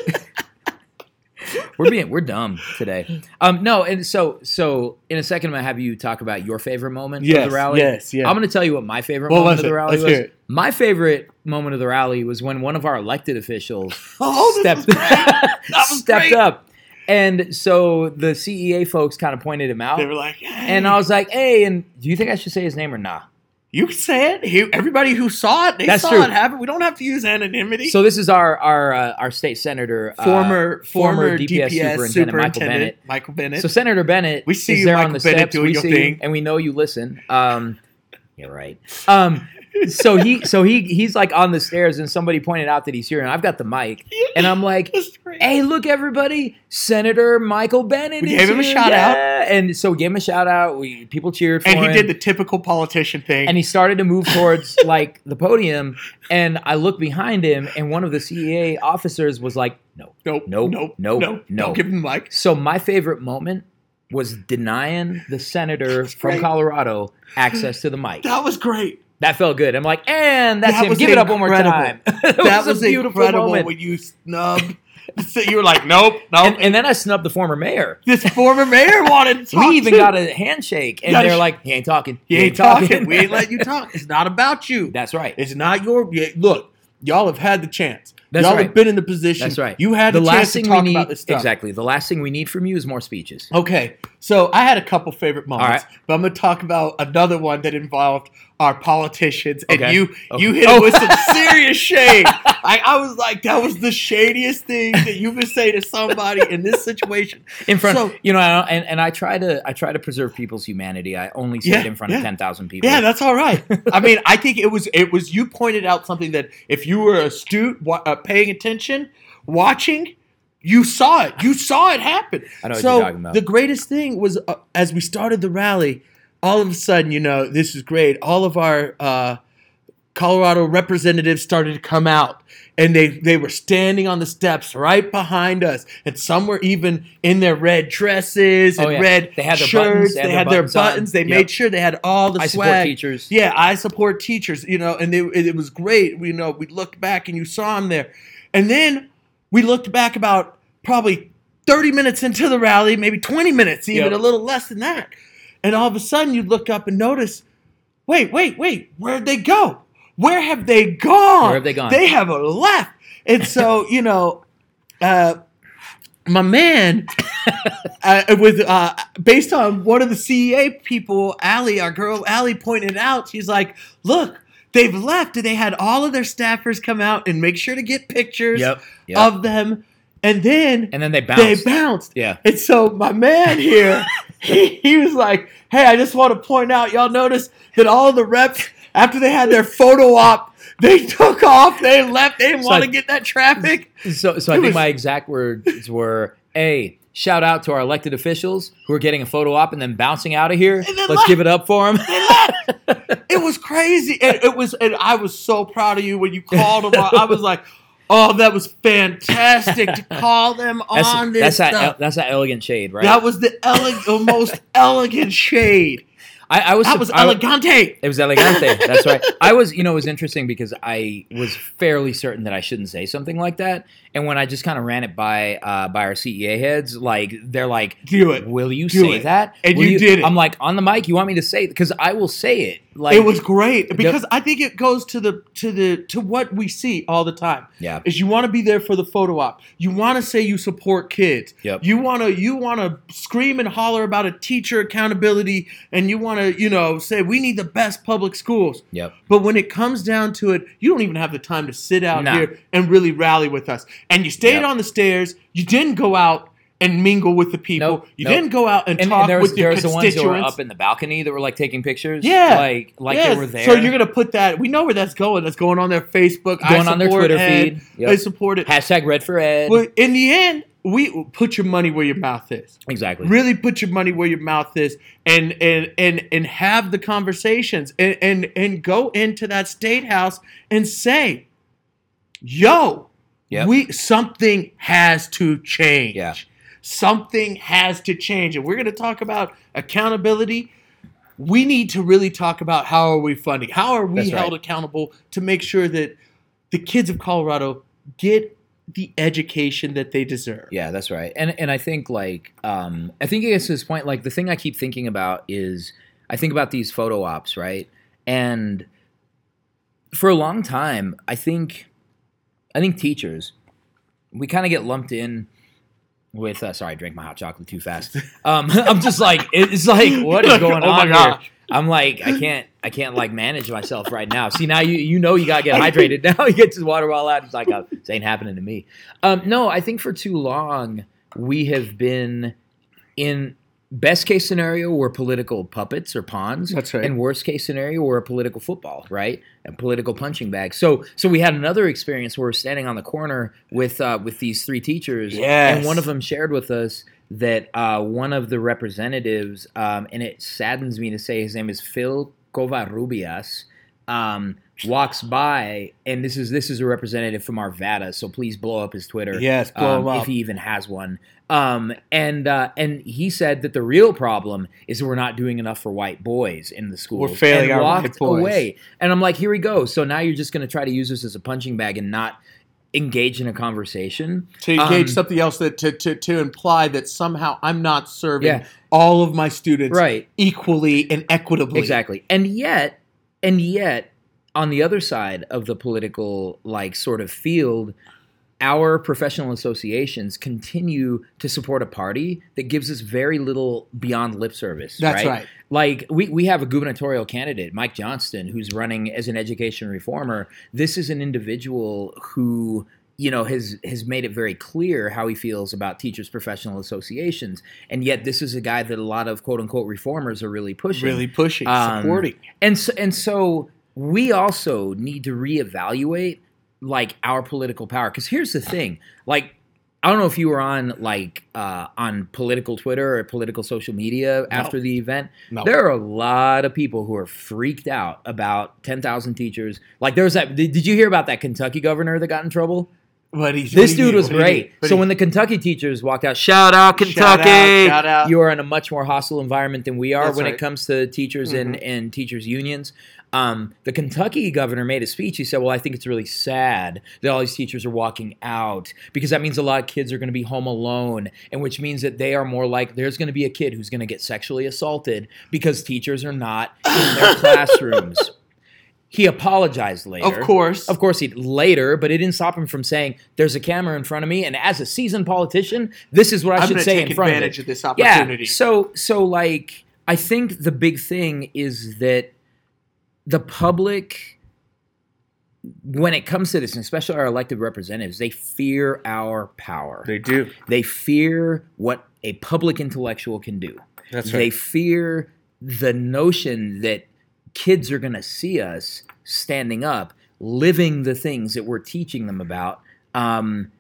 Speaker 1: we're being we're dumb today. Um, no, and so so in a second I'm gonna have you talk about your favorite moment
Speaker 2: yes,
Speaker 1: of the rally.
Speaker 2: yes, yes.
Speaker 1: I'm gonna tell you what my favorite
Speaker 2: What
Speaker 1: moment
Speaker 2: was
Speaker 1: of the
Speaker 2: it?
Speaker 1: rally
Speaker 2: Let's
Speaker 1: was.
Speaker 2: hear it.
Speaker 1: My favorite moment of the rally was when one of our elected officials
Speaker 2: oh, this
Speaker 1: stepped
Speaker 2: is great. was
Speaker 1: stepped
Speaker 2: great.
Speaker 1: up. And so the CEA folks kind of pointed him out.
Speaker 2: They were like, hey,
Speaker 1: and I was like, hey, and do you think I should say his name or nah?
Speaker 2: you can say it. He, everybody who saw it, they
Speaker 1: That's
Speaker 2: saw
Speaker 1: true.
Speaker 2: it happen. We don't have to use anonymity.
Speaker 1: So this is our our uh, our state senator, uh,
Speaker 2: former, former DPS, superintendent,
Speaker 1: Michael Bennett.
Speaker 2: Michael Bennett.
Speaker 1: So Senator Bennett,
Speaker 2: We see
Speaker 1: is
Speaker 2: you,
Speaker 1: there on
Speaker 2: Michael
Speaker 1: the
Speaker 2: Bennett,
Speaker 1: steps.
Speaker 2: doing
Speaker 1: we
Speaker 2: your
Speaker 1: see you,
Speaker 2: thing.
Speaker 1: and we know you listen. Um, you're right. Um, so he, so he, he's like on the stairs, and somebody pointed out that he's here, and I've got the mic, and I'm like,
Speaker 2: That's great.
Speaker 1: "Hey, look, everybody! Senator Michael Bennett."
Speaker 2: We
Speaker 1: is
Speaker 2: gave him a
Speaker 1: here.
Speaker 2: shout out.
Speaker 1: Yeah. and so we gave him a shout out. We people cheered for
Speaker 2: and
Speaker 1: him,
Speaker 2: he did the typical politician thing.
Speaker 1: and he started to move towards like the podium, and I looked behind him, and one of the CEA officers was like, "No."
Speaker 2: nope,
Speaker 1: Nope,
Speaker 2: nope,
Speaker 1: nope,
Speaker 2: nope.
Speaker 1: no.
Speaker 2: Don't give him the mic.
Speaker 1: So my favorite moment was denying the senator from
Speaker 2: great.
Speaker 1: Colorado access to the mic.
Speaker 2: That was great.
Speaker 1: That felt good. I'm like, and that's
Speaker 2: That
Speaker 1: him.
Speaker 2: was
Speaker 1: Give it up one more
Speaker 2: incredible.
Speaker 1: time.
Speaker 2: that
Speaker 1: a
Speaker 2: was incredible when you snubbed. so you were like, nope, nope.
Speaker 1: And, and then I snubbed the former mayor.
Speaker 2: this former mayor wanted to talk.
Speaker 1: We even
Speaker 2: too.
Speaker 1: got a handshake, and
Speaker 2: Gotta
Speaker 1: they're
Speaker 2: sh-
Speaker 1: like, "He ain't talking.
Speaker 2: You ain't talking. we ain't letting you talk. It's not about you.
Speaker 1: That's right.
Speaker 2: It's not your. yeah, Look, y'all have had the chance.
Speaker 1: That's
Speaker 2: y'all
Speaker 1: right.
Speaker 2: have been in the position.
Speaker 1: That's right.
Speaker 2: You had
Speaker 1: the
Speaker 2: the,
Speaker 1: last
Speaker 2: chance to
Speaker 1: thing
Speaker 2: talk
Speaker 1: we
Speaker 2: about
Speaker 1: need.
Speaker 2: this stuff.
Speaker 1: Exactly. The last thing we need from you is more speeches.
Speaker 2: Okay, so I had a couple favorite moments,
Speaker 1: All
Speaker 2: but I'm going to talk about another one that involved our politicians, and
Speaker 1: Okay.
Speaker 2: you
Speaker 1: Okay.
Speaker 2: you hit
Speaker 1: Oh.
Speaker 2: it with some serious shade. I, I was like, that was the shadiest thing that you could say to somebody in this situation.
Speaker 1: in front
Speaker 2: So-
Speaker 1: you know and, and i try to i try to preserve people's humanity i only say
Speaker 2: Yeah,
Speaker 1: it in front of
Speaker 2: yeah.
Speaker 1: 10000 people
Speaker 2: Yeah, that's all right. I mean, I think it was it was you pointed out something that if you were astute, wa- uh, paying attention, watching, you saw it. You saw it happen.
Speaker 1: I know what
Speaker 2: so
Speaker 1: you're talking about.
Speaker 2: the greatest thing was uh, as we started the rally, all of a sudden, you know, this is great. All of our uh, Colorado representatives started to come out, and they they were standing on the steps right behind us, and some were even in their red dresses and
Speaker 1: Oh, yeah.
Speaker 2: red
Speaker 1: They had their buttons,
Speaker 2: shirts.
Speaker 1: they
Speaker 2: They
Speaker 1: had
Speaker 2: had
Speaker 1: their
Speaker 2: their
Speaker 1: buttons on.
Speaker 2: buttons. They
Speaker 1: Yep.
Speaker 2: made sure they had all the
Speaker 1: i support
Speaker 2: swag.
Speaker 1: teachers
Speaker 2: Yeah, I support teachers, you know, and they, it, it was great. We, you know, we looked back and you saw him there. And then we looked back about probably 30 minutes into the rally, maybe 20 minutes, even
Speaker 1: Yep.
Speaker 2: a little less than that. And all of a sudden you look up and notice, wait, wait, wait, where'd they go? Where have they gone?
Speaker 1: Where have they gone?
Speaker 2: They have left. And so, you know, uh, my man uh, with uh, based on one of the CEA people, Allie, our girl Allie pointed out, she's like, look, they've left and they had all of their staffers come out and make sure to get pictures
Speaker 1: yep, yep.
Speaker 2: of them. And then
Speaker 1: and then they bounce
Speaker 2: they bounced.
Speaker 1: yeah
Speaker 2: And so my man here, he, he was like, hey, I just want to point out, y'all notice that all the reps, after they had their photo op, they took off, they left, they didn't
Speaker 1: It's
Speaker 2: want to
Speaker 1: like-
Speaker 2: get that traffic.
Speaker 1: so so i
Speaker 2: It
Speaker 1: think
Speaker 2: was-
Speaker 1: my exact words were a Shout out to our elected officials who are getting a photo op and then bouncing out of here.
Speaker 2: And then
Speaker 1: Let's
Speaker 2: left.
Speaker 1: give it up for them.
Speaker 2: They left. it was crazy, and it was, and I was so proud of you when you called them. I was like, "Oh, that was fantastic to call them on
Speaker 1: That's,
Speaker 2: this
Speaker 1: that's that.
Speaker 2: stuff."
Speaker 1: that's that elegant shade, right?
Speaker 2: That was the eleg- the most elegant shade.
Speaker 1: I, I was.
Speaker 2: That was
Speaker 1: surp- I-
Speaker 2: elegante.
Speaker 1: It was elegante. That's right. I was, you know, it was interesting because I was fairly certain that I shouldn't say something like that. And when I just kind of ran it by uh, by our CEA heads, like they're like,
Speaker 2: Do it.
Speaker 1: "Will you
Speaker 2: Do
Speaker 1: say
Speaker 2: it."
Speaker 1: that?"
Speaker 2: And
Speaker 1: Will
Speaker 2: you did it.
Speaker 1: I'm like on the mic. You want me to say because I will say it. Like
Speaker 2: it was great because I think it goes to the to the to what we see all the time.
Speaker 1: yeah,
Speaker 2: Is you want to be there for the photo op. You want to say you support kids.
Speaker 1: Yep.
Speaker 2: You want to you want to scream and holler about a teacher accountability and you want to, you know, say we need the best public schools.
Speaker 1: yep.
Speaker 2: But when it comes down to it, you don't even have the time to sit out
Speaker 1: Nah.
Speaker 2: here and really rally with us. And you stayed
Speaker 1: Yep.
Speaker 2: on the stairs. You didn't go out and mingle with the people.
Speaker 1: Nope,
Speaker 2: you
Speaker 1: nope.
Speaker 2: didn't go out and,
Speaker 1: And,
Speaker 2: talk
Speaker 1: and there was
Speaker 2: with your
Speaker 1: there was the ones
Speaker 2: constituents.
Speaker 1: that were up in the balcony that were like taking pictures.
Speaker 2: Yeah.
Speaker 1: like like
Speaker 2: Yes.
Speaker 1: they were there.
Speaker 2: So you're gonna put that. We know where that's going. That's going on their Facebook. I
Speaker 1: Going on their
Speaker 2: support
Speaker 1: Twitter feed.
Speaker 2: Ed.
Speaker 1: Yep.
Speaker 2: I support it.
Speaker 1: hashtag red for Ed.
Speaker 2: Well, in the end, we put your money where your mouth is.
Speaker 1: exactly.
Speaker 2: Really put your money where your mouth is, and and and and have the conversations, and and and go into that state house and say, "Yo,
Speaker 1: Yep.
Speaker 2: we something has to change.
Speaker 1: Yeah.
Speaker 2: Something has to change, and we're going to talk about accountability." We need to really talk about how are we funding? How are we
Speaker 1: That's right.
Speaker 2: held accountable to make sure that the kids of Colorado get the education that they deserve?
Speaker 1: Yeah, that's right. And and I think like um, I think it gets to this point. Like the thing I keep thinking about is I think about these photo ops, right? And for a long time, I think I think teachers we kind of get lumped in with. Uh, sorry, I drank my hot chocolate too fast. Um, I'm just like it- it's like what is
Speaker 2: Like,
Speaker 1: going
Speaker 2: oh my
Speaker 1: on here?
Speaker 2: gosh.
Speaker 1: I'm like I can't I can't like manage myself right now. See now you you know you gotta get hydrated now. You get this water all out. It's like oh, this ain't happening to me. Um, no, I think for too long we have been in best case scenario we're political puppets or pawns.
Speaker 2: That's right.
Speaker 1: And worst case scenario we're a political football, right? A political punching bag. So so we had another experience where we're standing on the corner with uh, with these three teachers. And
Speaker 2: Yes.
Speaker 1: one of them shared with us that uh, one of the representatives, um, and it saddens me to say his name is Phil Covarrubias, um, walks by, and this is this is a representative from Arvada, so please blow up his Twitter.
Speaker 2: Yes, blow
Speaker 1: um,
Speaker 2: him up.
Speaker 1: if he even has one. Um, and uh, and he said that the real problem is that we're not doing enough for white boys in the school.
Speaker 2: failing
Speaker 1: and
Speaker 2: our white
Speaker 1: walked
Speaker 2: boys.
Speaker 1: away. And I'm like, here we go. So now you're just going to try to use this as a punching bag and not engage in a conversation.
Speaker 2: to engage
Speaker 1: Um,
Speaker 2: something else that to, to, to imply that somehow I'm not serving
Speaker 1: Yeah.
Speaker 2: all of my students
Speaker 1: Right.
Speaker 2: equally and equitably.
Speaker 1: Exactly. And yet, and yet, on the other side of the political like sort of field, our professional associations continue to support a party that gives us very little beyond lip service.
Speaker 2: That's right.
Speaker 1: Like we, we have a gubernatorial candidate, Mike Johnston, who's running as an education reformer. This is an individual who you know has has made it very clear how he feels about teachers professional associations and yet this is a guy that a lot of quote unquote reformers are really pushing
Speaker 2: Really pushing,
Speaker 1: Um,
Speaker 2: supporting.
Speaker 1: and so, and so we also need to reevaluate like our political power because here's the thing like i don't know if you were on like uh, on political twitter or political social media after the event
Speaker 2: No.
Speaker 1: there are a lot of people who are freaked out about 10000 teachers like there was that did, did you hear about that kentucky governor that got in trouble
Speaker 2: But he's,
Speaker 1: this
Speaker 2: what do
Speaker 1: dude
Speaker 2: you mean?
Speaker 1: was
Speaker 2: What do you
Speaker 1: great
Speaker 2: mean?
Speaker 1: so
Speaker 2: What do you-
Speaker 1: when the kentucky teachers walked out shout out kentucky
Speaker 2: Shout out, shout out.
Speaker 1: you are in a much more hostile environment than we are
Speaker 2: That's
Speaker 1: when it
Speaker 2: right. Mm-hmm.
Speaker 1: comes to teachers and, and teachers unions. Um, the Kentucky governor made a speech. He said, "Well, I think it's really sad that all these teachers are walking out because that means a lot of kids are going to be home alone, and which means that they are more like there's going to be a kid who's going to get sexually assaulted because teachers are not in their classrooms." He apologized later.
Speaker 2: of course,
Speaker 1: Of course, he later, but it didn't stop him from saying, "There's a camera in front of me, and as a seasoned politician, this is what I
Speaker 2: I'm
Speaker 1: should
Speaker 2: gonna
Speaker 1: say
Speaker 2: take
Speaker 1: in front
Speaker 2: advantage
Speaker 1: of
Speaker 2: of,
Speaker 1: it."
Speaker 2: this
Speaker 1: Yeah.
Speaker 2: opportunity.
Speaker 1: So, so like, I think the big thing is that the public, when it comes to this, and especially our elected representatives, they fear our power.
Speaker 2: they do.
Speaker 1: They fear what a public intellectual can do.
Speaker 2: That's
Speaker 1: They fear the notion that kids are going to see us standing up, living the things that we're teaching them about, um,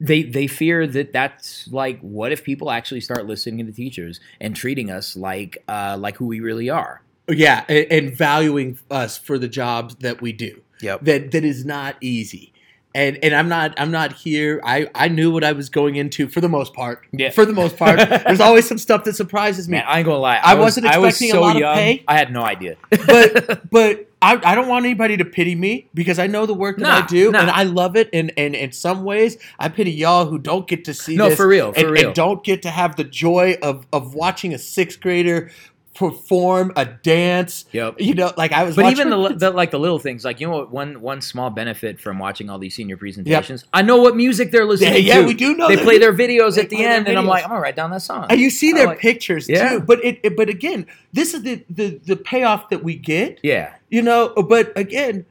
Speaker 1: they they fear that that's like what if people actually start listening to teachers and treating us like uh, like who we really are.
Speaker 2: Yeah, and, and valuing us for the jobs that we do.
Speaker 1: Yep.
Speaker 2: that that is not easy. And and I'm not I'm not here. I I knew what I was going into for the most part.
Speaker 1: Yeah.
Speaker 2: For the most part, there's always some stuff that surprises me.
Speaker 1: Man, I ain't gonna lie.
Speaker 2: I wasn't expecting a lot of pay.
Speaker 1: I had no idea.
Speaker 2: But but I, I don't want anybody to pity me because I know the work that
Speaker 1: Nah,
Speaker 2: I do
Speaker 1: nah.
Speaker 2: and I love it. And and in some ways, I pity y'all who don't get to see
Speaker 1: no,
Speaker 2: this
Speaker 1: for real, for
Speaker 2: and,
Speaker 1: real.
Speaker 2: and don't get to have the joy of of watching a sixth grader perform a dance.
Speaker 1: Yep.
Speaker 2: You know, like I was.
Speaker 1: But
Speaker 2: watching-
Speaker 1: even the, the like the little things, like you know, what one one small benefit from watching all these senior presentations, I know what music they're
Speaker 2: yeah,
Speaker 1: listening
Speaker 2: yeah,
Speaker 1: to.
Speaker 2: we do know
Speaker 1: they
Speaker 2: that.
Speaker 1: play their videos
Speaker 2: They
Speaker 1: at the
Speaker 2: play their
Speaker 1: end, and I'm
Speaker 2: videos.
Speaker 1: like, I'm gonna write down that song.
Speaker 2: And you see
Speaker 1: I
Speaker 2: their
Speaker 1: like-
Speaker 2: pictures
Speaker 1: Yeah.
Speaker 2: too. But it, it- but again, this is the, the the payoff that we get,
Speaker 1: yeah,
Speaker 2: you know, but again,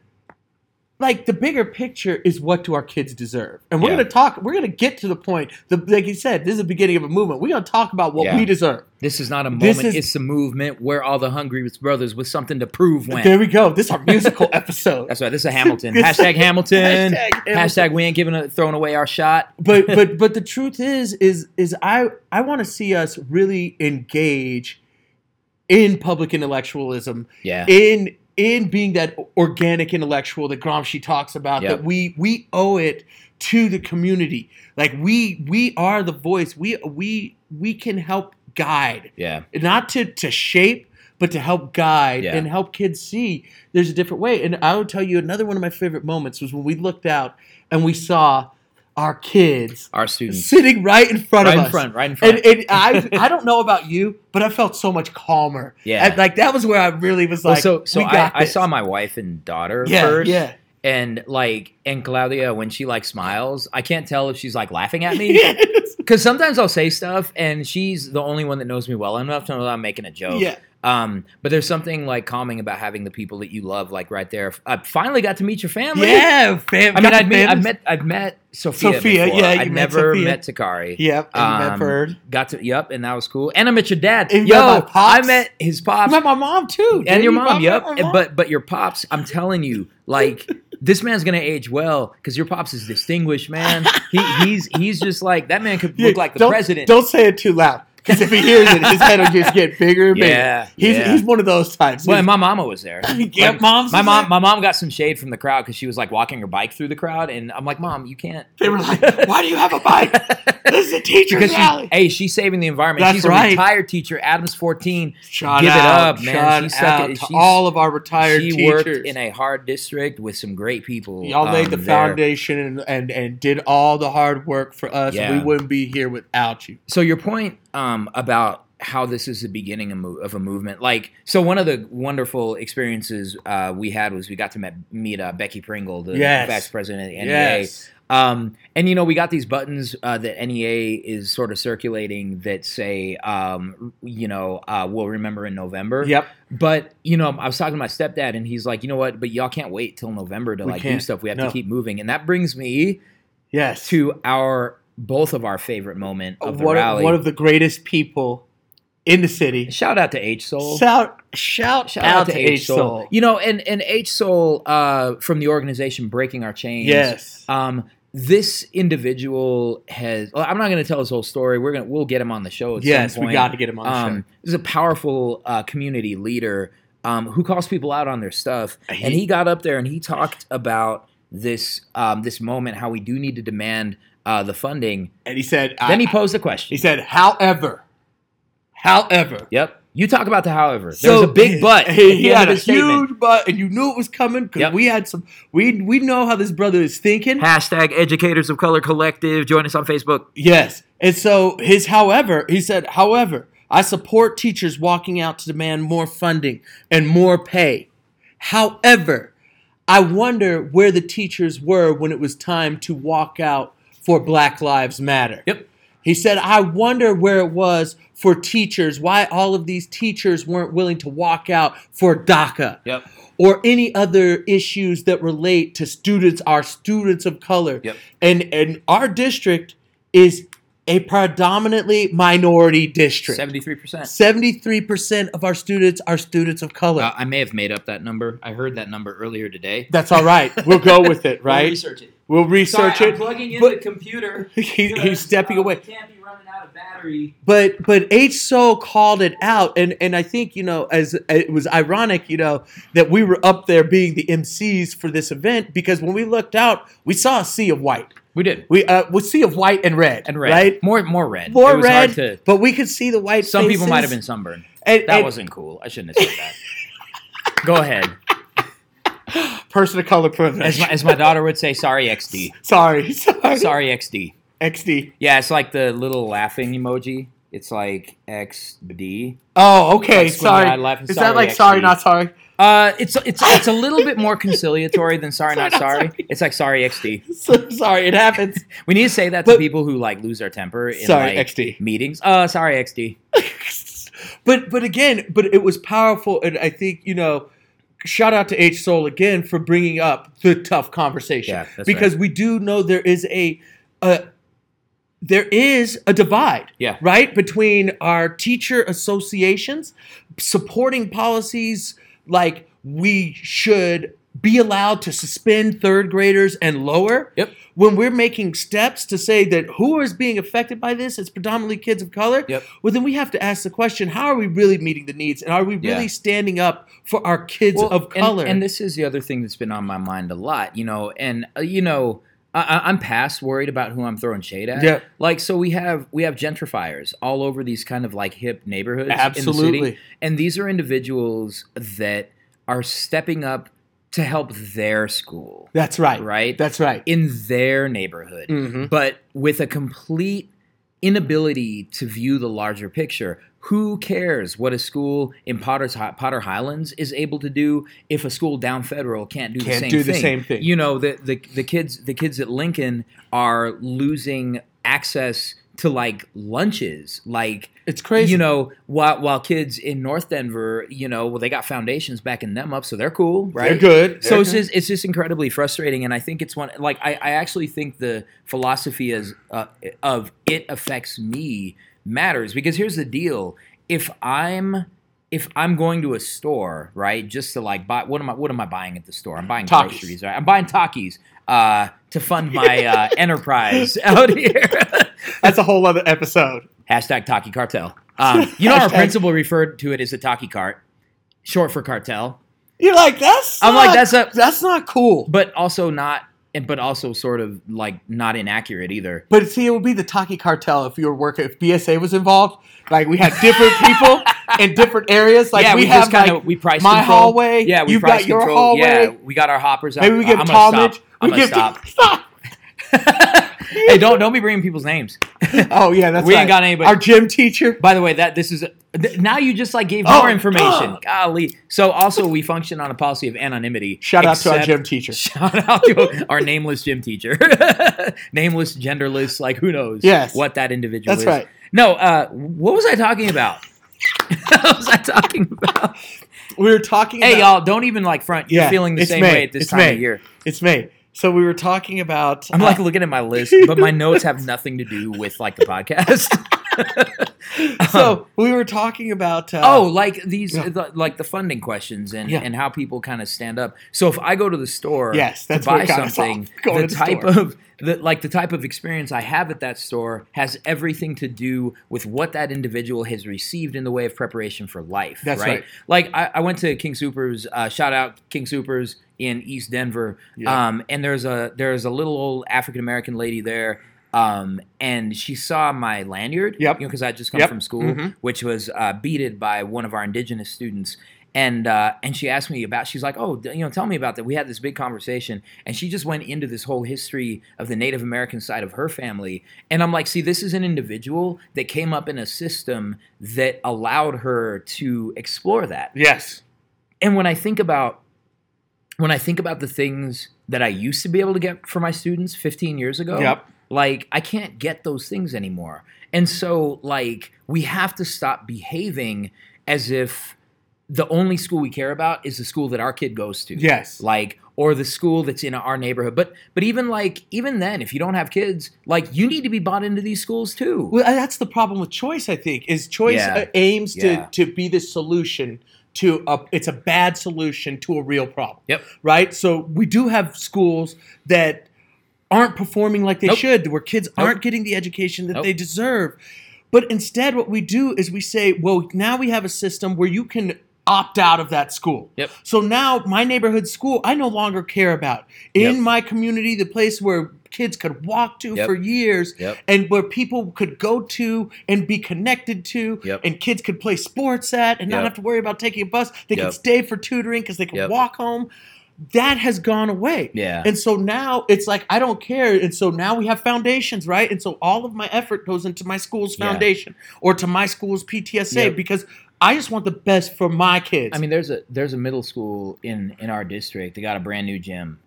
Speaker 2: like the bigger picture is what do our kids deserve? And we're
Speaker 1: Yeah.
Speaker 2: gonna talk we're gonna get to the point. The like you said, this is the beginning of a movement. We're gonna talk about what
Speaker 1: Yeah.
Speaker 2: we deserve.
Speaker 1: this is not a
Speaker 2: This
Speaker 1: moment;
Speaker 2: is-
Speaker 1: it's a movement where all the hungry brothers with something to prove went.
Speaker 2: There we go. This is our musical episode.
Speaker 1: That's right. This is Hamilton.
Speaker 2: This-
Speaker 1: Hashtag Hamilton.
Speaker 2: Hashtag
Speaker 1: Hashtag,
Speaker 2: Hamilton.
Speaker 1: we ain't giving a, throwing away our shot.
Speaker 2: but but but the truth is is is I I want to see us really engage in public intellectualism
Speaker 1: Yeah.
Speaker 2: in in being that organic intellectual that Gramsci talks about
Speaker 1: Yep.
Speaker 2: that we we owe it to the community like we we are the voice we we we can help guide
Speaker 1: yeah.
Speaker 2: not to to shape but to help guide
Speaker 1: Yeah.
Speaker 2: and help kids see there's a different way and I will tell you another one of my favorite moments was when we looked out and we saw our kids
Speaker 1: Our students.
Speaker 2: sitting right in front
Speaker 1: Right
Speaker 2: of
Speaker 1: in
Speaker 2: us
Speaker 1: front. Right in front.
Speaker 2: and, and I I don't know about you, but I felt so much calmer.
Speaker 1: Yeah.
Speaker 2: And, like that was where I really was
Speaker 1: Well,
Speaker 2: like,
Speaker 1: so so
Speaker 2: we
Speaker 1: I,
Speaker 2: got
Speaker 1: I
Speaker 2: this.
Speaker 1: saw my wife and daughter
Speaker 2: yeah,
Speaker 1: first.
Speaker 2: yeah,
Speaker 1: And like and Claudia, when she like smiles, I can't tell if she's like laughing at me.
Speaker 2: yes,
Speaker 1: Cause sometimes I'll say stuff and she's the only one that knows me well enough to know that I'm making a joke.
Speaker 2: yeah.
Speaker 1: Um, but there's something like calming about having the people that you love like right there. I finally got to meet your family.
Speaker 2: yeah, fam.
Speaker 1: I
Speaker 2: got
Speaker 1: mean, I've met,
Speaker 2: fam-
Speaker 1: I've met I've met Sophia.
Speaker 2: Sophia,
Speaker 1: before.
Speaker 2: yeah, you
Speaker 1: I've
Speaker 2: met
Speaker 1: never
Speaker 2: Sophia.
Speaker 1: met Takari.
Speaker 2: Yep, and you
Speaker 1: um,
Speaker 2: met Bird.
Speaker 1: Got to yep, and that was cool. And I met your dad.
Speaker 2: And you
Speaker 1: Yo,
Speaker 2: met my pops.
Speaker 1: I met his
Speaker 2: I
Speaker 1: pops
Speaker 2: met my mom too, dude.
Speaker 1: and your
Speaker 2: You
Speaker 1: mom.
Speaker 2: met
Speaker 1: Yep,
Speaker 2: my
Speaker 1: And-
Speaker 2: mom.
Speaker 1: but but your pops. I'm telling you, like this man's gonna age well because your pops is distinguished, man. He, he's he's just like that man could
Speaker 2: Yeah,
Speaker 1: look like the
Speaker 2: don't,
Speaker 1: president.
Speaker 2: Don't say it too loud because if he hears it, his head will just get bigger and bigger.
Speaker 1: Yeah,
Speaker 2: he's
Speaker 1: yeah.
Speaker 2: he's one of those types.
Speaker 1: well, and
Speaker 2: He's-
Speaker 1: my mama was there.
Speaker 2: Yeah,
Speaker 1: Like,
Speaker 2: mom's
Speaker 1: my
Speaker 2: was
Speaker 1: mom.
Speaker 2: there.
Speaker 1: My mom got some shade from the crowd because she was like walking her bike through the crowd, and I'm like, Mom, you can't.
Speaker 2: they were like, "Why do you have a bike? This is a teacher's
Speaker 1: because she,
Speaker 2: alley."
Speaker 1: hey, she's saving the environment.
Speaker 2: That's
Speaker 1: she's a
Speaker 2: right.
Speaker 1: retired teacher. Adam's 14.
Speaker 2: Shout
Speaker 1: Give it
Speaker 2: out,
Speaker 1: up, man.
Speaker 2: shout
Speaker 1: She stuck it-
Speaker 2: out to
Speaker 1: she's-
Speaker 2: all of our retired
Speaker 1: she
Speaker 2: teachers.
Speaker 1: worked in a hard district with some great people.
Speaker 2: Y'all laid
Speaker 1: um,
Speaker 2: the
Speaker 1: there.
Speaker 2: foundation and, and and did all the hard work for us.
Speaker 1: Yeah.
Speaker 2: We wouldn't be here without you.
Speaker 1: So your point um, about how this is the beginning of, mo- of a movement, like so, one of the wonderful experiences uh, we had was we got to met, meet uh, Becky Pringle, the
Speaker 2: Yes.
Speaker 1: vice president of the NEA. Um, and you know, we got these buttons uh, that NEA is sort of circulating that say, um, you know, uh, we'll remember in November.
Speaker 2: Yep.
Speaker 1: But you know, I was talking to my stepdad, and he's like, you know what? But y'all can't wait till November to
Speaker 2: We
Speaker 1: like do
Speaker 2: can't.
Speaker 1: stuff. We have
Speaker 2: No.
Speaker 1: to keep moving, and that brings me
Speaker 2: Yes.
Speaker 1: to our both of our favorite moment of the
Speaker 2: one, of-
Speaker 1: rally.
Speaker 2: one of the greatest people in the city.
Speaker 1: Shout out to H Soul.
Speaker 2: Shout shout,
Speaker 1: Shout out, to H Soul. You know, and and H Soul uh, from the organization Breaking Our Chains.
Speaker 2: Yes.
Speaker 1: Um, this individual has. Well, I'm not going to tell his whole story. We're gonna we'll get him on the show. At
Speaker 2: yes,
Speaker 1: some
Speaker 2: we
Speaker 1: point.
Speaker 2: got to get him on the
Speaker 1: um, this is a powerful uh, community leader um, who calls people out on their stuff.
Speaker 2: He-
Speaker 1: and he got up there and he talked about this um, this moment, how we do need to demand uh, the funding.
Speaker 2: show. And he said
Speaker 1: then
Speaker 2: I-
Speaker 1: he posed a
Speaker 2: he
Speaker 1: question.
Speaker 2: said, however, however.
Speaker 1: Yep. You talk about the however. There was a big butt. at the
Speaker 2: He,
Speaker 1: end
Speaker 2: had
Speaker 1: of
Speaker 2: a
Speaker 1: his statement.
Speaker 2: huge butt, and you knew it was coming because
Speaker 1: Yep.
Speaker 2: we had some. We we know how this brother is thinking.
Speaker 1: Hashtag Educators of Color Collective. Join us on Facebook.
Speaker 2: Yes. And so his however, he said, however, I support teachers walking out to demand more funding and more pay. However, I wonder where the teachers were when it was time to walk out for Black Lives Matter.
Speaker 1: Yep.
Speaker 2: He said, I wonder where it was for teachers, why all of these teachers weren't willing to walk out for DACA
Speaker 1: Yep.
Speaker 2: or any other issues that relate to students, our students of color.
Speaker 1: Yep.
Speaker 2: And and our district is a predominantly minority district.
Speaker 1: 73%.
Speaker 2: 73% of our students are students of color.
Speaker 1: Uh, I may have made up that number. I heard that number earlier today.
Speaker 2: That's all right. We'll go with it, right?
Speaker 1: Research it.
Speaker 2: We'll research
Speaker 3: Sorry, I'm
Speaker 2: it.
Speaker 3: plugging in
Speaker 2: but-
Speaker 3: the computer.
Speaker 2: He,
Speaker 3: because,
Speaker 2: he's stepping
Speaker 3: uh,
Speaker 2: away.
Speaker 3: Can't be running out of battery.
Speaker 2: But but H Soul called it out, and and I think you know as it was ironic, you know, that we were up there being the MCs for this event because when we looked out, we saw a sea of white.
Speaker 1: We did.
Speaker 2: We uh, we sea of white and red
Speaker 1: And red.
Speaker 2: right?
Speaker 1: More more red.
Speaker 2: More
Speaker 1: it was
Speaker 2: red,
Speaker 1: Hard to,
Speaker 2: but we could see the white.
Speaker 1: some people might have been
Speaker 2: faces.
Speaker 1: sunburned.
Speaker 2: And,
Speaker 1: That
Speaker 2: and
Speaker 1: wasn't cool. I shouldn't have said that. Go ahead.
Speaker 2: person of color privilege.
Speaker 1: As my, as my daughter would say, sorry XD.
Speaker 2: sorry, sorry,
Speaker 1: Sorry XD.
Speaker 2: XD.
Speaker 1: Yeah, it's like the little laughing emoji. It's like XD.
Speaker 2: Oh, okay.
Speaker 1: Like squiggly eye
Speaker 2: sorry.
Speaker 1: laughing,
Speaker 2: Is
Speaker 1: sorry,
Speaker 2: that like sorry,
Speaker 1: XD.
Speaker 2: not sorry?
Speaker 1: Uh, it's it's it's a little bit more conciliatory than sorry not
Speaker 2: Sorry,
Speaker 1: sorry.
Speaker 2: not
Speaker 1: It's like sorry XD.
Speaker 2: So, sorry, it happens.
Speaker 1: We need to say that to
Speaker 2: But-
Speaker 1: people who like lose their temper in
Speaker 2: sorry,
Speaker 1: like
Speaker 2: XD.
Speaker 1: meetings. Uh, sorry XD.
Speaker 2: but but again, but it was powerful, and I think you know, shout out to H Soul again for bringing up the tough conversation
Speaker 1: Yeah, that's
Speaker 2: because we do know there is a, a there is a divide,
Speaker 1: Yeah.
Speaker 2: right between our teacher associations supporting policies like we should be allowed to suspend third graders and lower
Speaker 1: Yep.
Speaker 2: when we're making steps to say that who is being affected by this it's predominantly kids of color
Speaker 1: Yep.
Speaker 2: well then we have to ask the question how are we really meeting the needs and are we
Speaker 1: Yeah.
Speaker 2: really standing up for our kids
Speaker 1: Well,
Speaker 2: of
Speaker 1: and-
Speaker 2: color
Speaker 1: And, this is the other thing that's been on my mind a lot, you know. And uh, you know, I- I, I'm past worried about who I'm throwing shade at.
Speaker 2: Yeah.
Speaker 1: Like, so we have we have gentrifiers all over these kind of like hip neighborhoods. In the
Speaker 2: Absolutely.
Speaker 1: city, and these are individuals that are stepping up to help their school,
Speaker 2: that's right
Speaker 1: right? Mm-hmm.
Speaker 2: that's right
Speaker 1: in their neighborhood
Speaker 2: Mhm.
Speaker 1: but with a complete inability to view the larger picture. Who cares what a school in Potter's Hi- Potter Highlands is able to do if a school down Federal can't do the
Speaker 2: Can't
Speaker 1: same
Speaker 2: do
Speaker 1: thing?
Speaker 2: the same thing.
Speaker 1: You know the, the the kids the kids at Lincoln are losing access to like lunches, like
Speaker 2: it's crazy
Speaker 1: you know, while while kids in North Denver, you know, well they got foundations backing them up, so they're cool, right?
Speaker 2: they're good
Speaker 1: so
Speaker 2: They're
Speaker 1: it's
Speaker 2: good.
Speaker 1: just it's just incredibly frustrating and i think it's one like i, I actually think the philosophy is uh, of it affects me matters because here's the deal if i'm if i'm going to a store right just to like buy what am i what am i buying at the store i'm buying
Speaker 2: Takis.
Speaker 1: groceries right i'm buying takis uh, to fund my uh, enterprise out here
Speaker 2: that's a whole other episode
Speaker 1: hashtag taki cartel um, you know our
Speaker 2: Hashtag-
Speaker 1: principal referred to it as a taki cart short for cartel
Speaker 2: you're like that's
Speaker 1: i'm like
Speaker 2: not-
Speaker 1: that's a
Speaker 2: that's not cool
Speaker 1: but also not and but also sort of like not inaccurate either.
Speaker 2: But see, it would be the Taki cartel if you were working, if BSA was involved. Like we had different people in different areas. Like
Speaker 1: yeah,
Speaker 2: we,
Speaker 1: we,
Speaker 2: have
Speaker 1: just kind of
Speaker 2: like,
Speaker 1: we price
Speaker 2: my
Speaker 1: control.
Speaker 2: hallway,
Speaker 1: Yeah, we
Speaker 2: you've
Speaker 1: price
Speaker 2: got your
Speaker 1: control. Yeah,
Speaker 2: hallway.
Speaker 1: we got our hoppers. out.
Speaker 2: maybe we
Speaker 1: I-
Speaker 2: give
Speaker 1: I'm gonna
Speaker 2: Talmadge.
Speaker 1: Stop.
Speaker 2: We
Speaker 1: I'm gonna
Speaker 2: give
Speaker 1: stop.
Speaker 2: stop.
Speaker 1: hey, don't don't be bringing people's names.
Speaker 2: Oh yeah, that's
Speaker 1: We
Speaker 2: right.
Speaker 1: ain't got anybody.
Speaker 2: Our gym teacher.
Speaker 1: By the way, that this is th- now you just like gave
Speaker 2: Oh,
Speaker 1: more information.
Speaker 2: God.
Speaker 1: Golly. So also we function on a policy of anonymity.
Speaker 2: Shout out to our
Speaker 1: except-
Speaker 2: gym teacher.
Speaker 1: Shout out to our nameless gym teacher, nameless, genderless, like who knows
Speaker 2: Yes.
Speaker 1: what that individual
Speaker 2: That's
Speaker 1: is.
Speaker 2: right.
Speaker 1: No, uh, what was I talking about? what was I talking about?
Speaker 2: We were talking.
Speaker 1: Hey,
Speaker 2: about,
Speaker 1: y'all, don't even like front. You're
Speaker 2: Yeah,
Speaker 1: feeling the
Speaker 2: it's
Speaker 1: same
Speaker 2: May.
Speaker 1: way at this
Speaker 2: It's
Speaker 1: time
Speaker 2: May.
Speaker 1: of year.
Speaker 2: It's May. So we were talking about.
Speaker 1: I'm
Speaker 2: uh,
Speaker 1: like looking at my list, but my notes have nothing to do with like the podcast.
Speaker 2: so we were talking about. Uh,
Speaker 1: um, oh, like these,
Speaker 2: yeah.
Speaker 1: the, like the funding questions and,
Speaker 2: Yeah.
Speaker 1: and how people kind of stand up. So if I go to the store,
Speaker 2: Yes, that's
Speaker 1: to
Speaker 2: what
Speaker 1: buy
Speaker 2: got us
Speaker 1: something,
Speaker 2: off, going
Speaker 1: the
Speaker 2: to the
Speaker 1: type
Speaker 2: store.
Speaker 1: of the like the type of experience I have at that store has everything to do with what that individual has received in the way of preparation for life.
Speaker 2: That's right.
Speaker 1: Like I, I went to King Supers. Uh, shout out King Supers in East Denver.
Speaker 2: Yeah.
Speaker 1: Um, and there's a there's a little old African American lady there. Um, and she saw my lanyard.
Speaker 2: Yep.
Speaker 1: You know, because I had just come
Speaker 2: Yep.
Speaker 1: from school,
Speaker 2: Mhm.
Speaker 1: which was uh, beaded by one of our indigenous students. And uh, and she asked me about. She's like, oh, d- you know, tell me about that. We had this big conversation, and she just went into this whole history of the Native American side of her family. And I'm like, see, this is an individual that came up in a system that allowed her to explore that
Speaker 2: yes.
Speaker 1: and when I think about when I think about the things that I used to be able to get for my students 15 years ago,
Speaker 2: Yep.
Speaker 1: like I can't get those things anymore. And so like we have to stop behaving as if the only school we care about is the school that our kid goes to
Speaker 2: Yes.
Speaker 1: like or the school that's in our neighborhood but but even like even then if you don't have kids like you need to be bought into these schools too
Speaker 2: Well, and that's the problem with choice. I think is choice
Speaker 1: Yeah.
Speaker 2: uh, aims
Speaker 1: Yeah.
Speaker 2: to to be the solution to a. It's a bad solution to a real problem.
Speaker 1: Yep.
Speaker 2: Right. So we do have schools that aren't performing like they
Speaker 1: Nope.
Speaker 2: should, where kids
Speaker 1: Nope.
Speaker 2: aren't getting the education that
Speaker 1: Nope.
Speaker 2: they deserve. But instead, what we do is we say, well, now we have a system where you can opt out of that school.
Speaker 1: Yep.
Speaker 2: So now my neighborhood school, I no longer care about. In
Speaker 1: Yep.
Speaker 2: my community, the place where kids could walk to
Speaker 1: Yep.
Speaker 2: for years
Speaker 1: Yep.
Speaker 2: and where people could go to and be connected to
Speaker 1: Yep.
Speaker 2: and kids could play sports at and not
Speaker 1: Yep.
Speaker 2: have to worry about taking a bus. They
Speaker 1: Yep.
Speaker 2: could stay for tutoring because they could
Speaker 1: Yep.
Speaker 2: walk home. That has gone away.
Speaker 1: Yeah.
Speaker 2: And so now it's like I don't care. And so now we have foundations, right? And so all of my effort goes into my school's
Speaker 1: Yeah.
Speaker 2: foundation or to my school's PTSA
Speaker 1: Yep.
Speaker 2: because I just want the best for my kids.
Speaker 1: I mean, there's a there's a middle school in in our district. They got a brand new gym,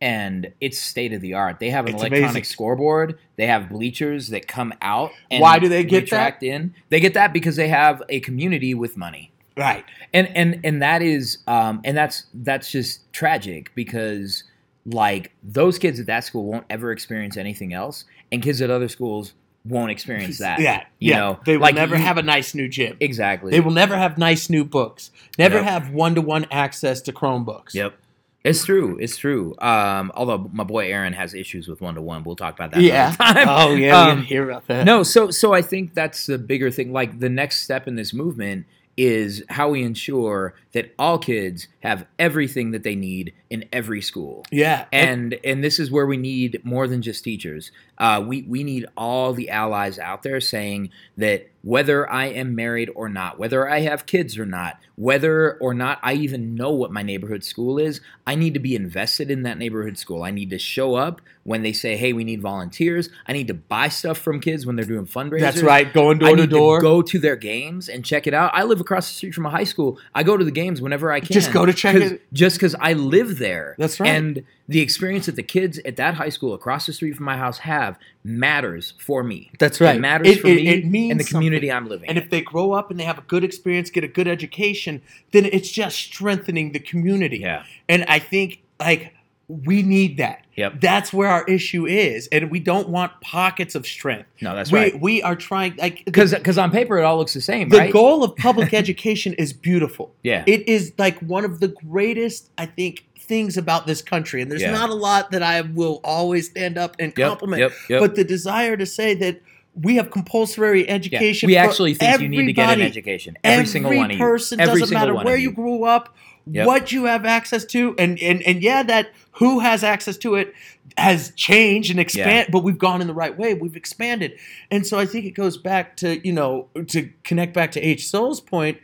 Speaker 1: and it's state of the art. They have an
Speaker 2: It's
Speaker 1: electronic
Speaker 2: amazing.
Speaker 1: scoreboard. They have bleachers that come out. And
Speaker 2: Why do they get
Speaker 1: retract in? They get that because they have a community with money.
Speaker 2: right?
Speaker 1: and and and that is um and that's that's just tragic because like those kids at that school won't ever experience anything else and kids at other schools won't experience that
Speaker 2: yeah,
Speaker 1: you
Speaker 2: yeah.
Speaker 1: know
Speaker 2: they will
Speaker 1: like
Speaker 2: never
Speaker 1: you-
Speaker 2: have a nice new gym.
Speaker 1: exactly
Speaker 2: They will never have nice new books. Never
Speaker 1: Yep.
Speaker 2: have one-to-one access to Chromebooks.
Speaker 1: yep it's true it's true um although my boy aaron has issues with one-to-one we'll talk about that
Speaker 2: Yeah.
Speaker 1: another time.
Speaker 2: Oh yeah, we
Speaker 1: Um,
Speaker 2: didn't hear about that.
Speaker 1: no so so i think that's the bigger thing like the next step in this movement is how we ensure that all kids have everything that they need in every school
Speaker 2: Yeah.
Speaker 1: and and this is where we need more than just teachers. Uh, we we need all the allies out there saying that whether I am married or not, whether I have kids or not, whether or not I even know what my neighborhood school is, I need to be invested in that neighborhood school. I need to show up when they say, "Hey, we need volunteers." I need to buy stuff from kids when they're doing fundraisers.
Speaker 2: that's right. Going
Speaker 1: I
Speaker 2: door to
Speaker 1: need
Speaker 2: door.
Speaker 1: to go to their games and check it out. I live across the street from a high school. I go to the games whenever I can.
Speaker 2: Just go to check
Speaker 1: 'cause-
Speaker 2: it.
Speaker 1: Just because I live there.
Speaker 2: That's right.
Speaker 1: And the experience that the kids at that high school across the street from my house have matters for me.
Speaker 2: That's right.
Speaker 1: It matters
Speaker 2: It-
Speaker 1: for
Speaker 2: it-
Speaker 1: me
Speaker 2: it means
Speaker 1: and the community
Speaker 2: something.
Speaker 1: I'm living.
Speaker 2: And
Speaker 1: in.
Speaker 2: if they grow up and they have a good experience, get a good education, then it's just strengthening the community.
Speaker 1: yeah.
Speaker 2: And I think like we need that.
Speaker 1: Yep.
Speaker 2: That's where our issue is, and we don't want pockets of strength.
Speaker 1: No, that's
Speaker 2: we,
Speaker 1: right.
Speaker 2: We are trying like the,
Speaker 1: Because because on paper it all looks the same,
Speaker 2: the
Speaker 1: right?
Speaker 2: goal of public education is beautiful.
Speaker 1: yeah.
Speaker 2: It is like one of the greatest, I think, things about this country. And there's
Speaker 1: Yeah.
Speaker 2: not a lot that I will always stand up and
Speaker 1: Yep,
Speaker 2: compliment.
Speaker 1: Yep. Yep.
Speaker 2: But the desire to say that we have compulsory
Speaker 1: Yeah.
Speaker 2: education.
Speaker 1: We
Speaker 2: for
Speaker 1: actually think you need to get an
Speaker 2: everybody.
Speaker 1: education. Every, single one of you.
Speaker 2: person
Speaker 1: Every
Speaker 2: doesn't
Speaker 1: single
Speaker 2: matter
Speaker 1: one
Speaker 2: where
Speaker 1: of
Speaker 2: you grew up,
Speaker 1: Yep.
Speaker 2: what you have access to, and and and yeah, that who has access to it has changed and expand, but we've gone in the right way. We've expanded, and so I think it goes back to you know to connect back to H. Soul's point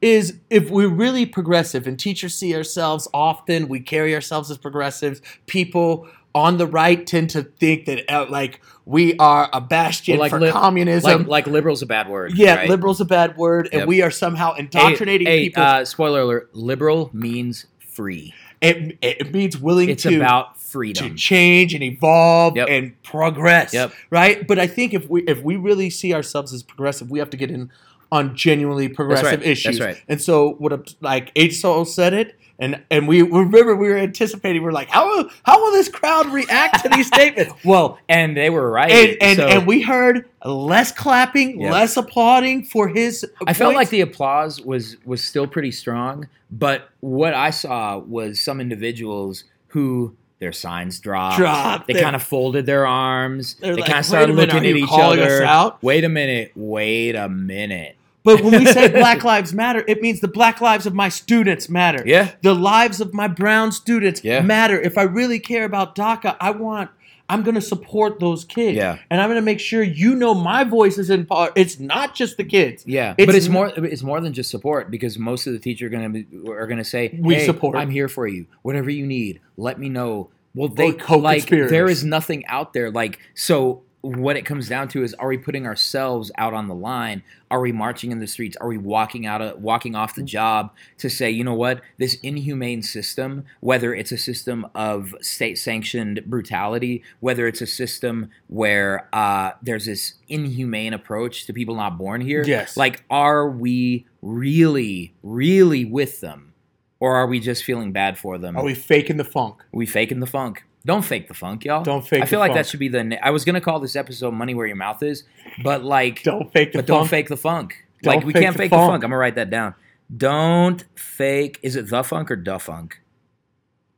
Speaker 2: is if we're really progressive and teachers see ourselves often, we carry ourselves as progressives. People on the right tend to think that uh, like we are a bastion
Speaker 1: Well, like
Speaker 2: for
Speaker 1: li-
Speaker 2: communism.
Speaker 1: Like like liberal's a bad word.
Speaker 2: Yeah,
Speaker 1: right?
Speaker 2: liberal's a bad word, and
Speaker 1: Yep.
Speaker 2: we are somehow
Speaker 1: Hey,
Speaker 2: indoctrinating
Speaker 1: hey,
Speaker 2: people.
Speaker 1: Uh, spoiler alert: liberal means free.
Speaker 2: it, it means willing
Speaker 1: It's
Speaker 2: to,
Speaker 1: about
Speaker 2: to
Speaker 1: freedom.
Speaker 2: change and evolve
Speaker 1: Yep.
Speaker 2: and progress.
Speaker 1: Yep.
Speaker 2: Right? But I think if we if we really see ourselves as progressive, we have to get in on genuinely progressive
Speaker 1: right. That's
Speaker 2: issues.
Speaker 1: right.
Speaker 2: And so what a- like H Soul said it. And, and we remember we were anticipating we are like how will, how will this crowd react to these statements? Well,
Speaker 1: And they were right.
Speaker 2: and and,
Speaker 1: so
Speaker 2: and we heard less clapping,
Speaker 1: Yeah.
Speaker 2: less applauding for his.
Speaker 1: I felt
Speaker 2: points.
Speaker 1: like the applause was was still pretty strong, but what I saw was some individuals who their signs dropped.
Speaker 2: Dropped.
Speaker 1: They
Speaker 2: They're-
Speaker 1: kind of folded their arms.
Speaker 2: They're
Speaker 1: They
Speaker 2: like,
Speaker 1: kind
Speaker 2: "Wait
Speaker 1: of started
Speaker 2: a minute,
Speaker 1: looking
Speaker 2: are
Speaker 1: at
Speaker 2: you
Speaker 1: each
Speaker 2: calling us
Speaker 1: other.
Speaker 2: out?"
Speaker 1: Wait a minute. Wait a minute.
Speaker 2: But when we say Black Lives Matter, it means the Black lives of my students matter.
Speaker 1: Yeah.
Speaker 2: The lives of my brown students
Speaker 1: Yeah.
Speaker 2: matter. If I really care about DACA, I want. I'm going to support those kids.
Speaker 1: Yeah.
Speaker 2: And I'm going to make sure you know my voice is in power. It's not just the kids.
Speaker 1: Yeah,
Speaker 2: It's
Speaker 1: but it's
Speaker 2: n-
Speaker 1: more it's more than just support because most of the teacher gonna be, are gonna say,
Speaker 2: We
Speaker 1: "Hey,
Speaker 2: support."
Speaker 1: I'm here for you. Whatever you need, let me know." Well, they like
Speaker 2: co-conspirators.
Speaker 1: there is nothing out there. Like so, what it comes down to is: Are we putting ourselves out on the line? Are we marching in the streets? Are we walking out of walking off the job to say, you know what, this inhumane system, whether it's a system of state sanctioned brutality, whether it's a system where uh, there's this inhumane approach to people not born here,
Speaker 2: Yes.
Speaker 1: like, are we really, really with them? Or are we just feeling bad for them?
Speaker 2: Are we faking the funk?
Speaker 1: we faking the funk? Don't fake the funk, y'all.
Speaker 2: Don't fake
Speaker 1: I feel
Speaker 2: the
Speaker 1: like
Speaker 2: funk.
Speaker 1: that should be the. na- I was gonna call this episode "Money Where Your Mouth Is," but like,
Speaker 2: Don't fake the
Speaker 1: but
Speaker 2: funk.
Speaker 1: don't fake the funk.
Speaker 2: Don't
Speaker 1: like we
Speaker 2: fake
Speaker 1: can't
Speaker 2: the
Speaker 1: fake the
Speaker 2: funk.
Speaker 1: funk. I'm gonna write that down. Don't fake. Is it the funk or da funk?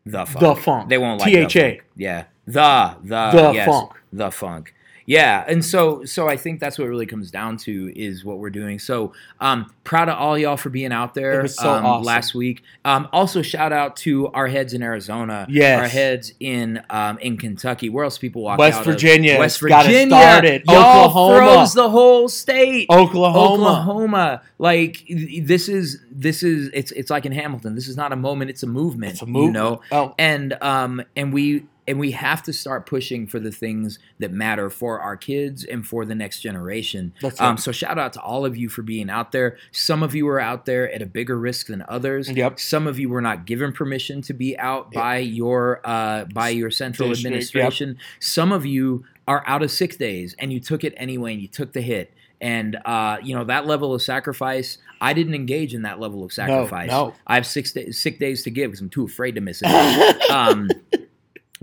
Speaker 1: The funk.
Speaker 2: The funk.
Speaker 1: They won't like
Speaker 2: THA.
Speaker 1: Da Funk. Yeah, the the
Speaker 2: The
Speaker 1: yes,
Speaker 2: funk.
Speaker 1: the funk yeah and so so i think that's what it really comes down to is what we're doing so um proud of all y'all for being out there
Speaker 2: It was so
Speaker 1: um,
Speaker 2: awesome.
Speaker 1: last week um also shout out to our heads in arizona
Speaker 2: Yes.
Speaker 1: our heads in um in kentucky where else people walk
Speaker 2: West
Speaker 1: out
Speaker 2: Virginia
Speaker 1: of? west
Speaker 2: got it
Speaker 1: virginia
Speaker 2: started.
Speaker 1: y'all
Speaker 2: Oklahoma.
Speaker 1: froze the whole state
Speaker 2: Oh, Oklahoma.
Speaker 1: Oklahoma. Like this is this is it's it's like in Hamilton. This is not a moment, it's a movement.
Speaker 2: It's a move.
Speaker 1: You know?
Speaker 2: Oh,
Speaker 1: And um and we and we have to start pushing for the things that matter for our kids and for the next generation.
Speaker 2: That's
Speaker 1: um,
Speaker 2: it.
Speaker 1: so shout out to all of you for being out there. Some of you are out there at a bigger risk than others.
Speaker 2: Yep.
Speaker 1: Some of you were not given permission to be out
Speaker 2: Yeah.
Speaker 1: by your uh, by your central
Speaker 2: District, yep.
Speaker 1: administration. Some of you are out of sick days and you took it anyway and you took the hit. And uh, you know that level of sacrifice. I didn't engage in that level of sacrifice.
Speaker 2: no.
Speaker 1: I have six da- sick days to give because I'm too afraid to miss it. um,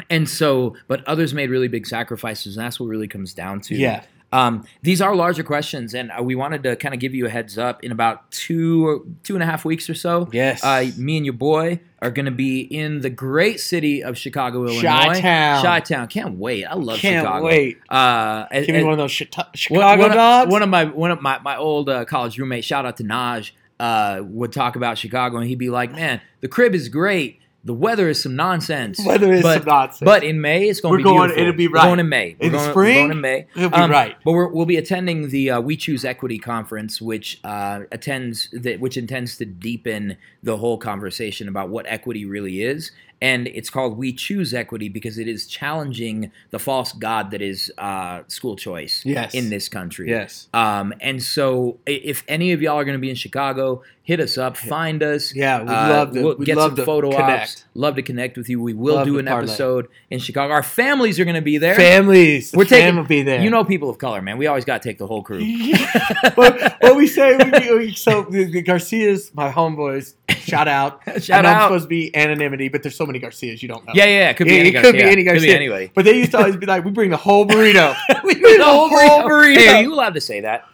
Speaker 1: and so, but others made really big sacrifices, and that's what it really comes down to.
Speaker 2: yeah.
Speaker 1: Um, these are larger questions, and uh, we wanted to kind of give you a heads up. In about two two and a half weeks or so,
Speaker 2: Yes.
Speaker 1: uh, me and your boy are going to be in the great city of Chicago, Illinois.
Speaker 2: Chi-town.
Speaker 1: Chi-town. Can't wait. I love
Speaker 2: Can't
Speaker 1: Chicago.
Speaker 2: wait.
Speaker 1: Uh, and-
Speaker 2: Give me
Speaker 1: and-
Speaker 2: one of those Chita-
Speaker 1: one-
Speaker 2: Chicago
Speaker 1: one, of-
Speaker 2: dogs.
Speaker 1: One of my one of my my old uh, college roommate, shout out to Naj, uh, would talk about Chicago, and he'd be like, "Man, the crib is great. The weather is some nonsense.
Speaker 2: Whether it's
Speaker 1: but,
Speaker 2: some nonsense.
Speaker 1: But in May, it's going
Speaker 2: We're
Speaker 1: to be
Speaker 2: going-
Speaker 1: beautiful.
Speaker 2: it'll be
Speaker 1: We're
Speaker 2: right.
Speaker 1: going in May. We're
Speaker 2: the
Speaker 1: going,
Speaker 2: spring,
Speaker 1: we're going in May.
Speaker 2: it'll be right.
Speaker 1: Um, But we're, we'll be attending the uh, We Choose Equity conference, which uh, attends that which intends to deepen the whole conversation about what equity really is. And it's called We Choose Equity because it is challenging the false god that is uh, school choice
Speaker 2: Yes.
Speaker 1: in this country.
Speaker 2: yes.
Speaker 1: Um, and so, i- if any of y'all are going to be in Chicago, hit us up, find us.
Speaker 2: Yeah, we'd
Speaker 1: Uh,
Speaker 2: love to.
Speaker 1: we'll
Speaker 2: we'd
Speaker 1: get
Speaker 2: love
Speaker 1: some
Speaker 2: to
Speaker 1: photo
Speaker 2: connect.
Speaker 1: ops. Love to connect with you. We will
Speaker 2: Love
Speaker 1: do
Speaker 2: to
Speaker 1: an
Speaker 2: parlay.
Speaker 1: episode in Chicago. Our families are going to be there.
Speaker 2: Families.
Speaker 1: We're
Speaker 2: We're
Speaker 1: taking-
Speaker 2: taking. Will be there.
Speaker 1: You know, people of color, man. We always got to take the whole crew.
Speaker 2: what, what we say? We, we, so the, the Garcias, my homeboys, shout out.
Speaker 1: Shout
Speaker 2: and I'm
Speaker 1: out.
Speaker 2: supposed to be anonymity, but there's so many Garcias you don't know.
Speaker 1: yeah, yeah, yeah. It could be
Speaker 2: Yeah,
Speaker 1: any
Speaker 2: it could be
Speaker 1: Garcia.
Speaker 2: any
Speaker 1: Could be
Speaker 2: Garcia.
Speaker 1: anyway.
Speaker 2: But they used to always be like, "We bring the whole burrito."
Speaker 1: we
Speaker 2: bring the whole burrito.
Speaker 1: Hey, are you allowed to say that?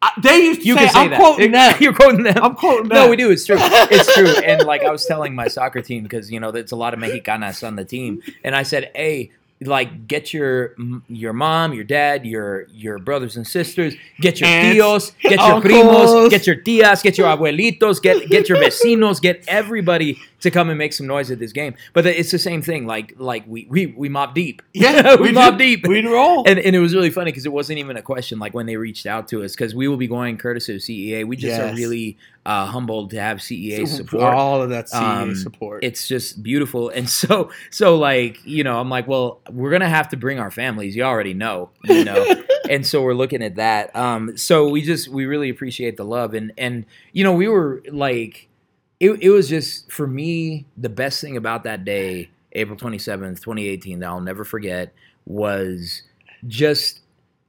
Speaker 2: I- they used to
Speaker 1: You
Speaker 2: say,
Speaker 1: can say
Speaker 2: "I'm
Speaker 1: that.
Speaker 2: quoting them."
Speaker 1: You're quoting them.
Speaker 2: I'm quoting them.
Speaker 1: No, we do. It's true. It's true. And like I was telling my soccer team because you know there's a lot of Mexicanas on the team, and I said, "Hey, like get your your mom, your dad, your your brothers and sisters, get your
Speaker 2: Aunts,
Speaker 1: tios, get your
Speaker 2: uncles.
Speaker 1: primos, get your tias, get your abuelitos, get get your vecinos, get everybody to come and make some noise at this game." But it's the same thing. Like like we we we mob deep.
Speaker 2: Yeah,
Speaker 1: we,
Speaker 2: do.
Speaker 1: mob deep.
Speaker 2: We roll.
Speaker 1: And, and it was really funny because it wasn't even a question like when they reached out to us because we will be going courtesy of CEA. We just are
Speaker 2: Yes.
Speaker 1: really uh, humbled to have CEA support.
Speaker 2: all of that CEA
Speaker 1: Um,
Speaker 2: support.
Speaker 1: It's just beautiful, and so so like you know, I'm like, well, we're gonna have to bring our families. You already know, you know, and so we're looking at that. Um, so we just we really appreciate the love, and and you know, we were like, it it was just for me the best thing about that day, April 27th, 2018, that I'll never forget was just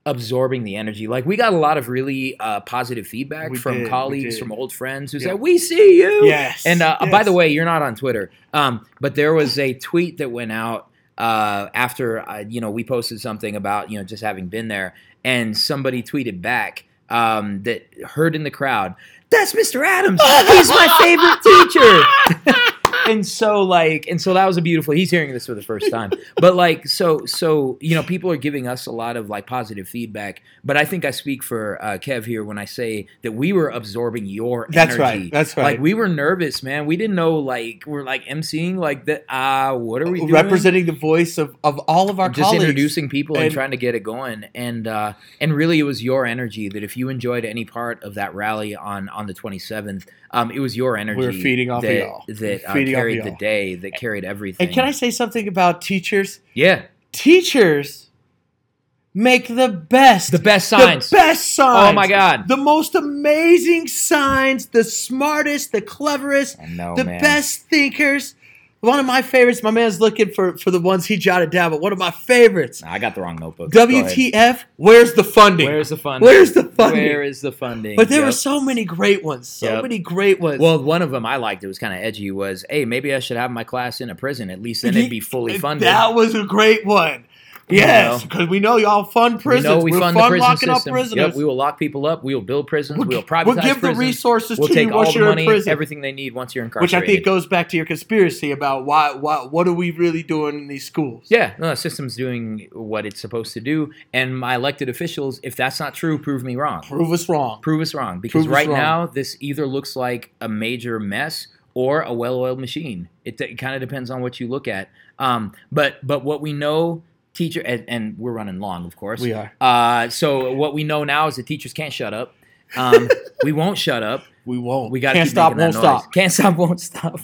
Speaker 1: absorbing the energy like we got a lot of really uh, positive feedback
Speaker 2: We
Speaker 1: from
Speaker 2: did, we
Speaker 1: colleagues
Speaker 2: did.
Speaker 1: from old friends who
Speaker 2: Yeah.
Speaker 1: said we see you
Speaker 2: yes.
Speaker 1: and uh,
Speaker 2: yes.
Speaker 1: by the way, you're not on Twitter, um, but there was a tweet that went out uh, after uh, you know we posted something about you know just having been there, and somebody tweeted back um, that heard in the crowd, "That's Mr. Adams. He's my favorite teacher." and so like and so that was a beautiful he's hearing this for the first time but like so so you know people are giving us a lot of like positive feedback but i think i speak for uh, kev here when i say that we were absorbing your
Speaker 2: That's
Speaker 1: energy
Speaker 2: right. That's right.
Speaker 1: like we were nervous, man. We didn't know like we're like emceeing like that. Ah, what are we doing?
Speaker 2: representing the voice of, of all of our
Speaker 1: just
Speaker 2: colleagues.
Speaker 1: introducing people and,
Speaker 2: And-
Speaker 1: trying to get it going, and uh, and really it was your energy that if you enjoyed any part of that rally on on the twenty seventh, um, it was your energy.
Speaker 2: were feeding off of
Speaker 1: that,
Speaker 2: y'all. We
Speaker 1: that
Speaker 2: were
Speaker 1: uh,
Speaker 2: feeding off of
Speaker 1: carried the
Speaker 2: y'all.
Speaker 1: day, that carried everything.
Speaker 2: And can I say something about teachers?
Speaker 1: Yeah,
Speaker 2: Teachers make the best
Speaker 1: the best signs.
Speaker 2: The best signs.
Speaker 1: Oh my god!
Speaker 2: The most amazing signs, the smartest, the cleverest,
Speaker 1: I know,
Speaker 2: the
Speaker 1: Oh, man.
Speaker 2: best thinkers. One of my favorites, my man's looking for, for the ones he jotted down, but one of my favorites.
Speaker 1: Nah, I got the wrong notebook. Go ahead.
Speaker 2: WTF, where's the funding?
Speaker 1: Where's the funding?
Speaker 2: Where's the funding?
Speaker 1: Where is the funding?
Speaker 2: but there
Speaker 1: Yep.
Speaker 2: were so many great ones. So
Speaker 1: Yep.
Speaker 2: many great ones.
Speaker 1: Well, one of them I liked. It was kind of edgy. Was hey, maybe I should have my class in a prison. At least then it'd be fully funded.
Speaker 2: That was a great one. Yes,
Speaker 1: know.
Speaker 2: because we know y'all fund prisons.
Speaker 1: We know we
Speaker 2: are
Speaker 1: fund,
Speaker 2: fund,
Speaker 1: the prison
Speaker 2: locking
Speaker 1: system.
Speaker 2: up prisoners.
Speaker 1: Yep, we will lock people up. We will build prisons. We'll,
Speaker 2: We'll-
Speaker 1: privatize
Speaker 2: we'll give the
Speaker 1: prisons.
Speaker 2: resources
Speaker 1: We'll
Speaker 2: to
Speaker 1: take
Speaker 2: you
Speaker 1: all
Speaker 2: once
Speaker 1: the
Speaker 2: you're
Speaker 1: money,
Speaker 2: in prison.
Speaker 1: everything they need once you're
Speaker 2: which
Speaker 1: incarcerated.
Speaker 2: I think goes back to your conspiracy about why, why what are we really doing in these schools?
Speaker 1: Yeah, no, the system's doing what it's supposed to do. And my elected officials, if that's not true, prove me wrong.
Speaker 2: Prove us wrong.
Speaker 1: Prove us wrong. Because
Speaker 2: Prove us
Speaker 1: right
Speaker 2: wrong.
Speaker 1: now, this either looks like a major mess or a well-oiled machine. It, it kind of depends on what you look at. Um, but but what we know, teacher, and, and we're running long, of course.
Speaker 2: We are.
Speaker 1: Uh, so what we know now is that teachers can't shut up. Um, we won't shut up.
Speaker 2: We won't.
Speaker 1: We got
Speaker 2: Can't stop, won't stop.
Speaker 1: Can't stop, won't stop.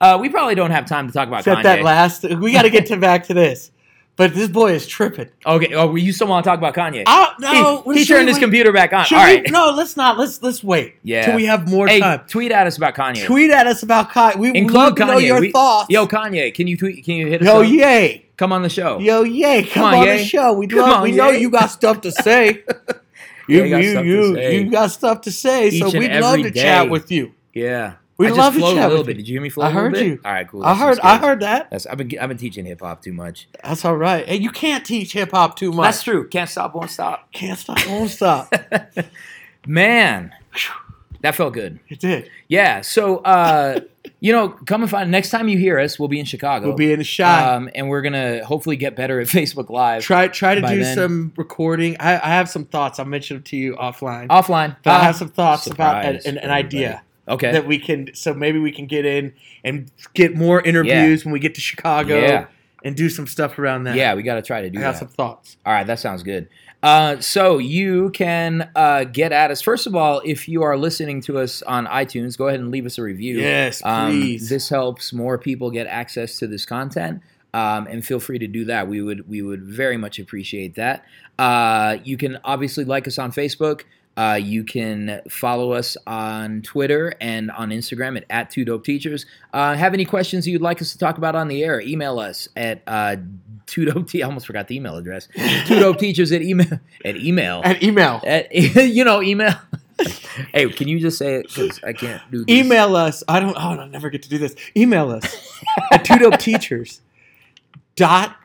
Speaker 1: Uh, we probably don't have time to talk about
Speaker 2: Except
Speaker 1: Kanye.
Speaker 2: that last. We got to get to back to this. But this boy is tripping.
Speaker 1: okay, oh, you still want to talk about Kanye?
Speaker 2: I no.
Speaker 1: he, he
Speaker 2: should
Speaker 1: turned
Speaker 2: we
Speaker 1: his
Speaker 2: wait-
Speaker 1: computer back on.
Speaker 2: should
Speaker 1: All
Speaker 2: we-
Speaker 1: right.
Speaker 2: No, let's not. Let's let's wait.
Speaker 1: Yeah.
Speaker 2: Till we have more
Speaker 1: hey,
Speaker 2: time.
Speaker 1: tweet at us about Kanye.
Speaker 2: Tweet at us about Kanye. We would
Speaker 1: Include
Speaker 2: love to
Speaker 1: Kanye.
Speaker 2: know your
Speaker 1: We-
Speaker 2: thoughts.
Speaker 1: Yo, Kanye, can you tweet? Can you hit us?
Speaker 2: yo,
Speaker 1: up?
Speaker 2: yay.
Speaker 1: Come on the show.
Speaker 2: Yo, yay, come,
Speaker 1: on,
Speaker 2: on,
Speaker 1: yay.
Speaker 2: the show. We'd
Speaker 1: Come
Speaker 2: love,
Speaker 1: on,
Speaker 2: we know
Speaker 1: yay.
Speaker 2: you got stuff to say.
Speaker 1: Yeah,
Speaker 2: you,
Speaker 1: I got
Speaker 2: you,
Speaker 1: stuff to
Speaker 2: you,
Speaker 1: say.
Speaker 2: you got stuff to say.
Speaker 1: Each
Speaker 2: so
Speaker 1: and
Speaker 2: we'd love
Speaker 1: every
Speaker 2: to
Speaker 1: day.
Speaker 2: chat with you.
Speaker 1: Yeah.
Speaker 2: We'd
Speaker 1: I just
Speaker 2: love to
Speaker 1: flowed
Speaker 2: chat
Speaker 1: a little
Speaker 2: with
Speaker 1: bit.
Speaker 2: you.
Speaker 1: Did you hear me flow
Speaker 2: I
Speaker 1: a little
Speaker 2: heard
Speaker 1: bit?
Speaker 2: you.
Speaker 1: All right, cool.
Speaker 2: I
Speaker 1: That's some
Speaker 2: heard, I
Speaker 1: skills.
Speaker 2: heard that.
Speaker 1: That's, I've been I've been teaching hip hop too much.
Speaker 2: That's all right. And you can't teach hip hop too much.
Speaker 1: That's true. Can't stop, won't stop.
Speaker 2: Can't stop, won't stop.
Speaker 1: Man, that felt good.
Speaker 2: it did.
Speaker 1: Yeah. So, uh, you know, come and find. Next time you hear us, we'll be in Chicago.
Speaker 2: We'll be in the shot.
Speaker 1: um, and we're gonna hopefully get better at Facebook Live
Speaker 2: try, try to
Speaker 1: by
Speaker 2: do
Speaker 1: then-
Speaker 2: some recording. I, I have some thoughts. I'll mention them to you offline.
Speaker 1: offline.
Speaker 2: but I
Speaker 1: Ah,
Speaker 2: have some thoughts about an,
Speaker 1: surprise
Speaker 2: an, an
Speaker 1: for
Speaker 2: idea
Speaker 1: Okay.
Speaker 2: that we can. So maybe we can get in and get more interviews when we get to Chicago
Speaker 1: Yeah.
Speaker 2: and do some stuff around that.
Speaker 1: yeah, we got to try to do
Speaker 2: I got
Speaker 1: that.
Speaker 2: some thoughts.
Speaker 1: All right, that sounds good. Uh, so you can uh, get at us. First of all, if you are listening to us on iTunes, go ahead and leave us a review.
Speaker 2: Yes,
Speaker 1: Um,
Speaker 2: please.
Speaker 1: this helps more people get access to this content. Um, and feel free to do that. We would we would very much appreciate that. Uh, you can obviously like us on Facebook. Uh, you can follow us on Twitter and on Instagram at, at Two Dope Teachers. Uh, have any questions you'd like us to talk about on the air? Email us at uh, Two Dope. Te- I almost forgot the email address. Two Dope Teachers at email at email
Speaker 2: An email.
Speaker 1: at you know email. hey, can you just say it? 'Cause I can't do this.
Speaker 2: Email us. I don't. Oh, I'll never get to do this. Email us at two dope teachers dot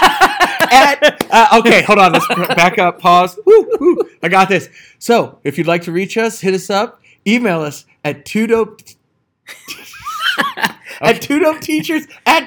Speaker 2: at uh, okay. Hold on. Let's back up. Pause. Woo, woo. I got this. So if you'd like to reach us, hit us up. Email us at two dope at two dope teachers at
Speaker 1: Oh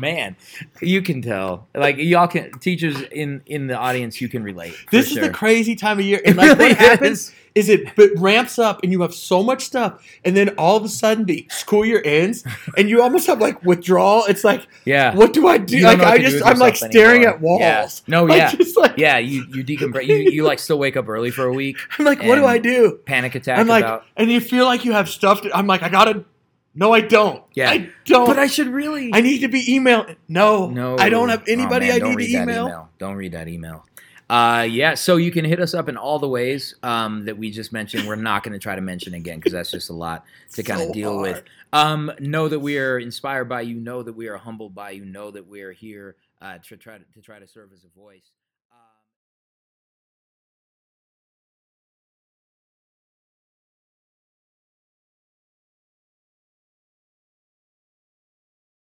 Speaker 1: man, you can tell. Like y'all can teachers in in the audience, you can relate. for
Speaker 2: This
Speaker 1: sure.
Speaker 2: is the crazy time of year. And
Speaker 1: It
Speaker 2: like
Speaker 1: really
Speaker 2: what happens
Speaker 1: is.
Speaker 2: is it b- ramps up and you have so much stuff and then all of a sudden the school year ends and you almost have like withdrawal it's like
Speaker 1: Yeah.
Speaker 2: what do i do
Speaker 1: You don't
Speaker 2: like
Speaker 1: know what
Speaker 2: i
Speaker 1: to do
Speaker 2: just
Speaker 1: with
Speaker 2: i'm like
Speaker 1: yourself
Speaker 2: staring
Speaker 1: anymore.
Speaker 2: at walls
Speaker 1: Yeah. No,
Speaker 2: Like,
Speaker 1: yeah.
Speaker 2: just like,
Speaker 1: Yeah, you you decompress. You, you like still wake up early for a week.
Speaker 2: i'm like what do
Speaker 1: And
Speaker 2: i do
Speaker 1: Panic attack.
Speaker 2: i'm like
Speaker 1: about,
Speaker 2: and you feel like you have stuff to, i'm like i gotta no i don't
Speaker 1: Yeah.
Speaker 2: i don't
Speaker 1: but
Speaker 2: I,
Speaker 1: I should really.
Speaker 2: need to be emailed no
Speaker 1: no,
Speaker 2: i don't have
Speaker 1: Oh,
Speaker 2: anybody
Speaker 1: man,
Speaker 2: i
Speaker 1: don't
Speaker 2: need to
Speaker 1: read that
Speaker 2: email.
Speaker 1: Don't read that email. Uh, yeah, so you can hit us up in all the ways um, that we just mentioned. We're not going to try to mention again because that's just a lot to kind
Speaker 2: So
Speaker 1: of deal with.
Speaker 2: hard.
Speaker 1: Um, know that we are inspired by you. Know that we are humbled by you. Know that we are here uh, to try to, to try to serve as a voice.